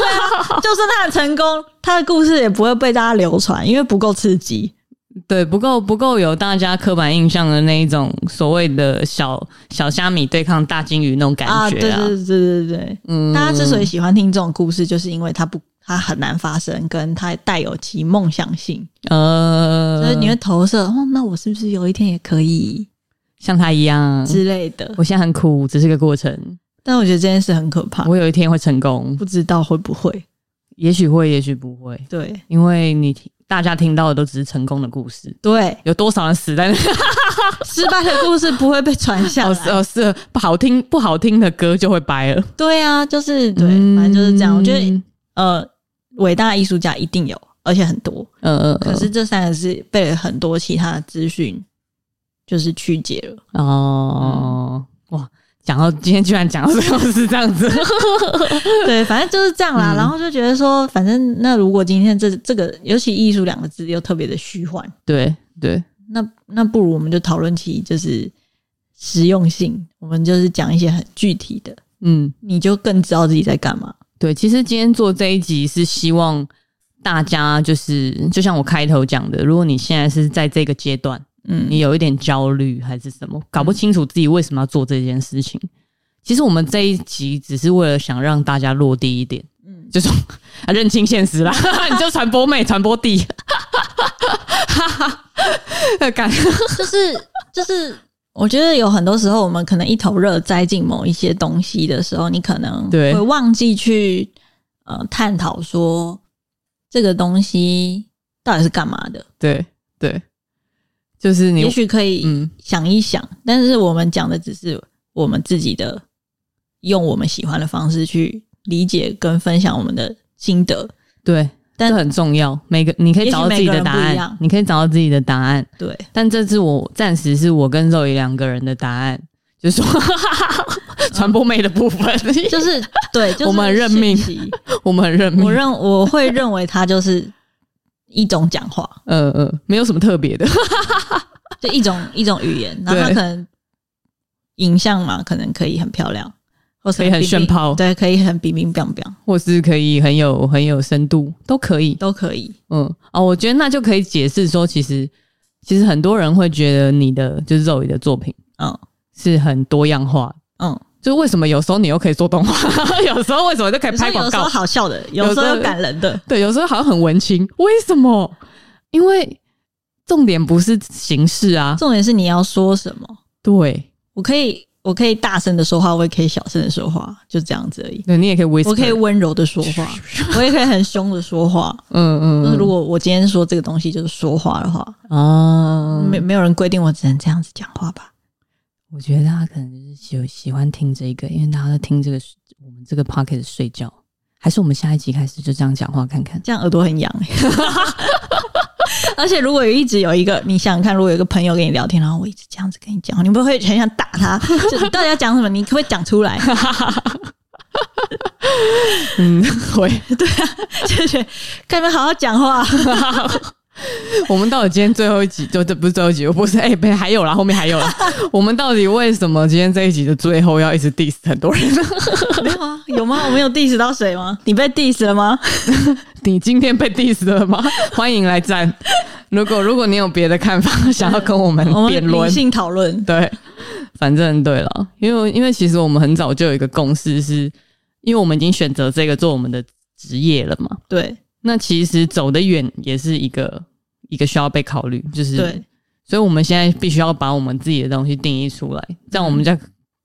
A: 算他的成功，他的故事也不会被大家流传，因为不够刺激。
B: 对，不够不够有大家刻板印象的那一种所谓的小小虾米对抗大金鱼那种感
A: 啊，对
B: 觉
A: 对
B: 啊，
A: 对对对对，
B: 嗯
A: 大家之所以喜欢听这种故事，就是因为它不它很难发生，跟它带有其梦想性，
B: 呃，
A: 所以你会投射哦，那我是不是有一天也可以
B: 像他一样，
A: 之类的？
B: 我现在很苦，只是个过程，
A: 但我觉得这件事很可怕，
B: 我有一天会成功，
A: 不知道会不会
B: 也许会，也许不会，
A: 对
B: 因为你听大家听到的都只是成功的故事，
A: 对
B: 有多少人死在那？
A: 失败的故事不会被传下
B: 哦
A: 来
B: 是。哦是，不好听不好听的歌就会掰了，
A: 对啊，就是对，
B: 嗯
A: 反正就是这样。我觉得呃，伟大艺术家一定有，而且很多。
B: 嗯，嗯嗯，
A: 可是这三个字被很多其他的资讯就是曲解 了。
B: 嗯哦，
A: 嗯
B: 哇，讲到今天居然讲到最后是这样 子，
A: 对，反正就是这样啦。
B: 嗯
A: 然后就觉得说，反正那如果今天这这个，尤其艺术两个字又特别的虚幻，
B: 对对，
A: 那那不如我们就讨论起就是实用性，我们就是讲一些很具体的，
B: 嗯，
A: 你就更知道自己在干嘛。
B: 对，其实今天做这一集是希望大家就是，就像我开头讲的，如果你现在是在这个阶段，
A: 嗯，
B: 你有一点焦虑还是什么，搞不清楚自己为什么要做这件事情。其实我们这一集只是为了想让大家落地一点，嗯，就是 啊认清现实啦， 你就传播妹、传播弟， 哈哈，感
A: 就是就是， 我觉得有很多时候，我们可能一头热栽进某一些东西的时候，你可能
B: 对
A: 会忘记去呃探讨说这个东西到底是干嘛的。
B: 对对，就是你
A: 也许可以
B: 嗯，
A: 想一想，但是我们讲的只是我们自己的，用我们喜欢的方式去理解跟分享我们的心得。
B: 对，
A: 但
B: 这很重要。每个你可以
A: 也许
B: 找到自己的答
A: 每个人不一样
B: 案，你可以找到自己的答案。
A: 对，
B: 但这次我暂时是我跟肉姨两个人的答案，就是说 传播妹的部分，
A: 就是对，就是
B: 我们认命
A: 信息
B: 我们很认命。
A: 我认我会认为它就是一种讲话，
B: 呃呃，没有什么特别的，
A: 就一种一种语言，然后它
B: 对
A: 可能影像嘛，可能可以很漂亮，或是
B: 可以很
A: 冰冰
B: 炫炮
A: 对，可以很冰冰冰冰
B: 或是可以很有很有深度，都可以。
A: 都可以。
B: 嗯，哦，我觉得那就可以解释说，其实其实很多人会觉得你的就是肉姨的作品
A: 嗯
B: 是很多样化的。
A: 嗯，
B: 就是为什么有时候你又可以做动画， 有时候为什么就可以
A: 有时候有
B: 拍广
A: 时候
B: 告？
A: 好笑的，有时候
B: 有时
A: 又
B: 候
A: 感人的，
B: 对，有时候好像很文青，为什么？因为重点不是形式啊，
A: 重点是你要说什么。
B: 对，
A: 我可以，我可以大声的说话，我也可以小声的说话，就这样子而已。
B: 对你也可以 whisper，
A: 我可以温柔的说话，我也可以很凶的说话。
B: 嗯嗯，
A: 就是
B: 嗯
A: 如果我今天说这个东西就是说话的话，
B: 啊，
A: 没没有人规定我只能这样子讲话吧？
B: 我觉得他可能就是喜喜欢听这个，因为大家都听这个我们这个 pocket 睡觉，还是我们下一集开始就这样讲话看看。
A: 这样耳朵很痒、 欸。而且如果有一直有一个，你想想看，如果有一个朋友跟你聊天，然后我一直这样子跟你讲，你会不会很想打他？就你到底要讲什么？你可不可以讲出来？
B: 嗯，会。
A: 就觉得干嘛好好讲话？
B: 我们到底今天最后一集，就这不是最后一集，我不是哎，不、还有啦，后面还有 啦。我们到底为什么今天这一集的最后要一直 diss 很多人？
A: 没有啊，有吗？我没有 diss 到谁吗？你被 diss 了吗？
B: 你今天被 diss 了吗？欢迎来赞。如果如果你有别的看法，想要跟我们
A: 我
B: 辩
A: 们
B: 论
A: 理，性讨论。
B: 对，反正对了，因为因为其实我们很早就有一个共识是，因为我们已经选择这个做我们的职业了嘛。
A: 对
B: 那其实走得远也是一个一个需要被考虑，就是
A: 对，
B: 所以我们现在必须要把我们自己的东西定义出来，这样我们在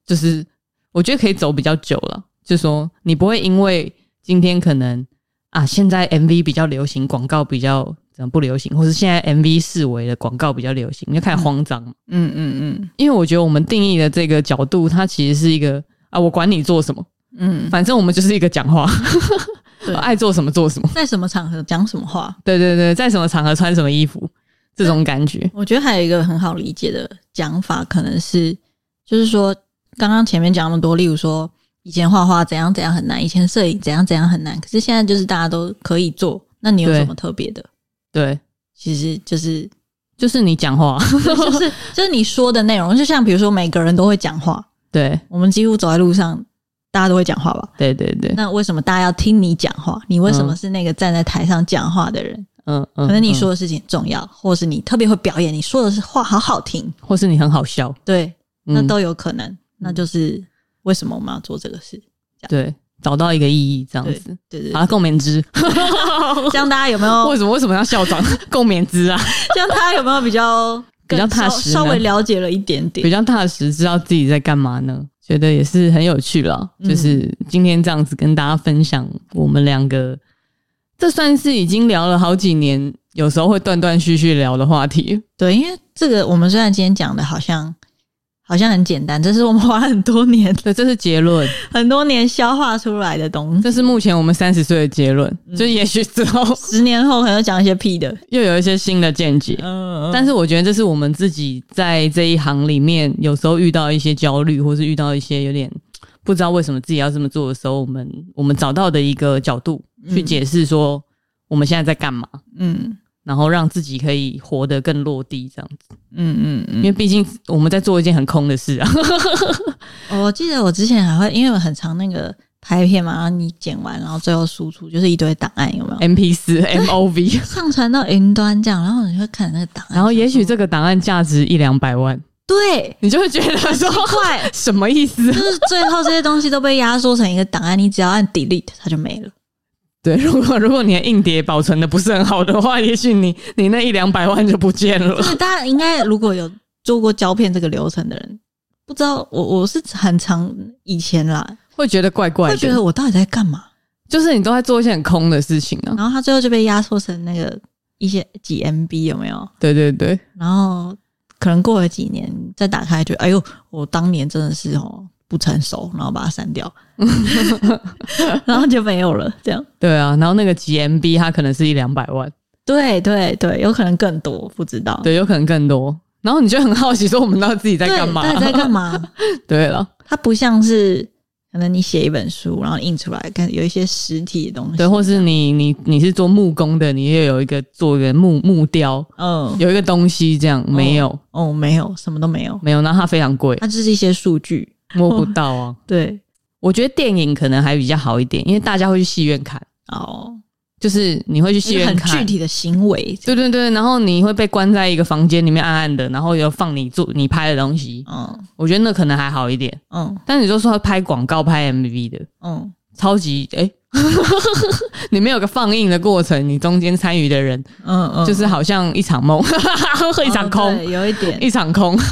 B: 就是我觉得可以走比较久了。就说你不会因为今天可能啊，现在 MV 比较流行，广告比较怎么不流行，或是现在 MV 视为的广告比较流行，你就开始慌张嘛。
C: 嗯嗯
B: 因为我觉得我们定义的这个角度，它其实是一个啊，我管你做什么，
C: 嗯嗯，
B: 反正我们就是一个讲话，
A: 对
B: 爱做什么做什么。
A: 在什么场合讲什么话，
B: 对对对，在什么场合穿什么衣服，这种感觉。
A: 我觉得还有一个很好理解的讲法，可能是就是说，刚刚前面讲那么多，例如说以前画画怎样怎样很难，以前摄影怎样怎样很难，可是现在就是大家都可以做，那你有
B: 对
A: 什么特别的？
B: 对，
A: 其实 就是
B: 就是你讲话。
A: 就是就是你说的内容，就像比如说每个人都会讲话，
B: 对
A: 我们几乎走在路上，大家都会讲话吧？
B: 对对对，
A: 那为什么大家要听你讲话？你为什么
B: 嗯
A: 是那个站在台上讲话的人？
B: 嗯嗯。
A: 可能你
B: 嗯，
A: 说的事情很重要，或是你特别会表演，你说的是话好好听，
B: 或是你很好笑，
A: 对，
B: 嗯
A: 那都有可能。那就是为什么我们要做这个事？
B: 对，找到一个意义这样子。
A: 对对
B: 好，共勉之。
A: 对，这样大家有 没有
B: 为？什么为什么要校长 共勉之啊？
A: 这样大家有没有比较
B: 比较踏
A: 更
B: 实呢
A: 稍稍微了解了一点
B: 比
A: 点？
B: 较踏实，知道自己在干嘛呢？觉得也是很有趣啦。
A: 嗯
B: 就是今天这样子跟大家分享，我们两个这算是已经聊了好几年，有时候会断断续续聊的话题。
A: 对，因为这个我们虽然今天讲的好像好像很简单，这是我们花了很多年
B: 对，这是结论，
A: 很多年消化出来的东西。
B: 这是目前我们三十岁的结论。就也许之后
A: 十年后可能讲一些屁的，
B: 又有一些新的见解。
A: 嗯，
B: 但是我觉得这是我们自己在这一行里面，有时候遇到一些焦虑，或是遇到一些有点不知道为什么自己要这么做的时候，我们我们找到的一个角度去解释说我们现在在干嘛，
C: 嗯
B: 然后让自己可以活得更落地这样子。
C: 嗯嗯
B: 因为毕竟我们在做一件很空的事啊。
A: 我记得我之前还会，因为我很常那个拍片嘛，然后你剪完，然后最后输出就是一堆档案，有没有？
B: M P 四 M O V，
A: 上传到云端这样，然后你会看那个档案，
B: 然后也许
A: 想说
B: 这个档案价值一两百万，
A: 对
B: 你就会觉得说
A: 快，
B: 什么意思
A: 就？是最后这些东西都被压缩成一个档案，你只要按 delete 它就没了。
B: 对，如果如果你的硬碟保存的不是很好的话，也许你你那一两百万就不见了。
A: 就是大家应该如果有做过胶片这个流程的人，不知道我我是很常以前啦，
B: 会觉得怪怪
A: 会哦
B: 的，
A: 觉得我到底在干嘛？
B: 就是你都在做一些很空的事情啊。
A: 然后它最后就被压缩成那个一些几 MB 有没有？
B: 对对对，
A: 然后可能过了几年再打开就，哎呦，我当年真的是哦不成熟，然后把它删 掉，然后就没有了。这样，
B: 对啊。然后那个 GMB 它可能是一两百万，
A: 对对对，有可能更多，不知道。
B: 对，有可能更多。然后你就很好奇，说我们到底自己在
A: 对，
B: 干嘛？
A: 到底在干？嘛？
B: 对了，
A: 它不像是可能你写一本书，然后印出来，跟有一些实体的东西。
B: 对，或是你你你是做木工的，你也有一个做一个木木雕，
A: 嗯，
B: 有一个东西这样，没有、
A: 哦，没有，什么都没有，
B: 没有，那它非常贵，
A: 它就是一些数据。
B: 摸不到
A: 哦
B: 啊。
A: 对，
B: 我觉得电影可能还比较好一点，因为大家会去戏院看，
A: 哦，
B: 就是你会去戏
A: 是
B: 院
A: 很
B: 看，
A: 具体的行为。
B: 对对对，然后你会被关在一个房间里面暗暗的，然后有放你做你拍的东西，
A: 嗯
B: 我觉得那可能还好一点。
A: 嗯
B: 但你就说拍广告、拍 MV 的，
A: 嗯，
B: 超级哎， 你没有个放映的过程，你中间参与的人、
A: 嗯嗯，
B: 就是好像一场梦， 一场
A: 哦
B: 空，
A: 对有一点
B: 一场空，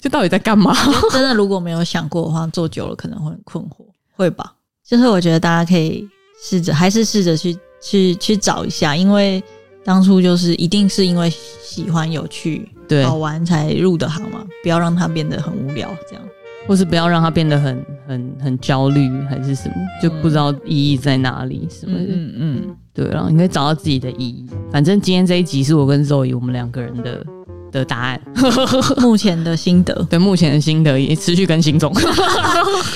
B: 就到底在干嘛？
A: 真的如果没有想过的话，做久了可能会很困惑，会吧？就是我觉得大家可以试着，还是试着去去去找一下，因为当初就是一定是因为喜欢有趣、
B: 对，
A: 好玩才入的行嘛，不要让它变得很无聊，这样。
B: 或是不要让它变得很很很焦虑，还是什么，就不知道意义在哪里什么的。
A: 嗯嗯
B: 对了，你可以找到自己的意义。反正今天这一集是我跟 Zoe 我们两个人的的答案，
A: 嗯， 目前的心得，
B: 对目前的心得也持续更新中。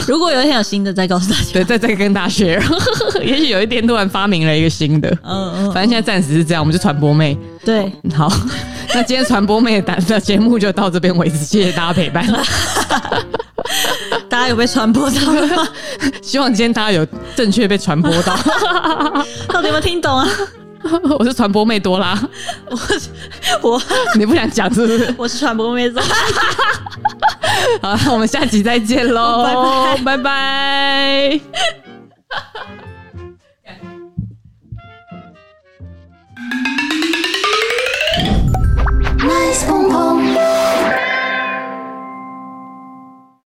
A: 如果有一天有新的，再告诉大家。
B: 对，再再跟大家 share，也 许有一天突然发明了一个新的。
A: 嗯 嗯，
B: 反正现在暂时是这样，我们就传播妹。
A: 对，
B: 好，那今天传播妹的的节目就到这边为止，谢谢大家陪 伴。
A: 大家有被传播到吗？
B: 希望今天大家有正确被传播 到。
A: 到底有没有听懂啊？
B: 我是传播妹多拉，
A: 我
B: 你不想讲是不 是？
A: 我是传播妹子。啊
B: 好，我们下集再见喽，拜拜。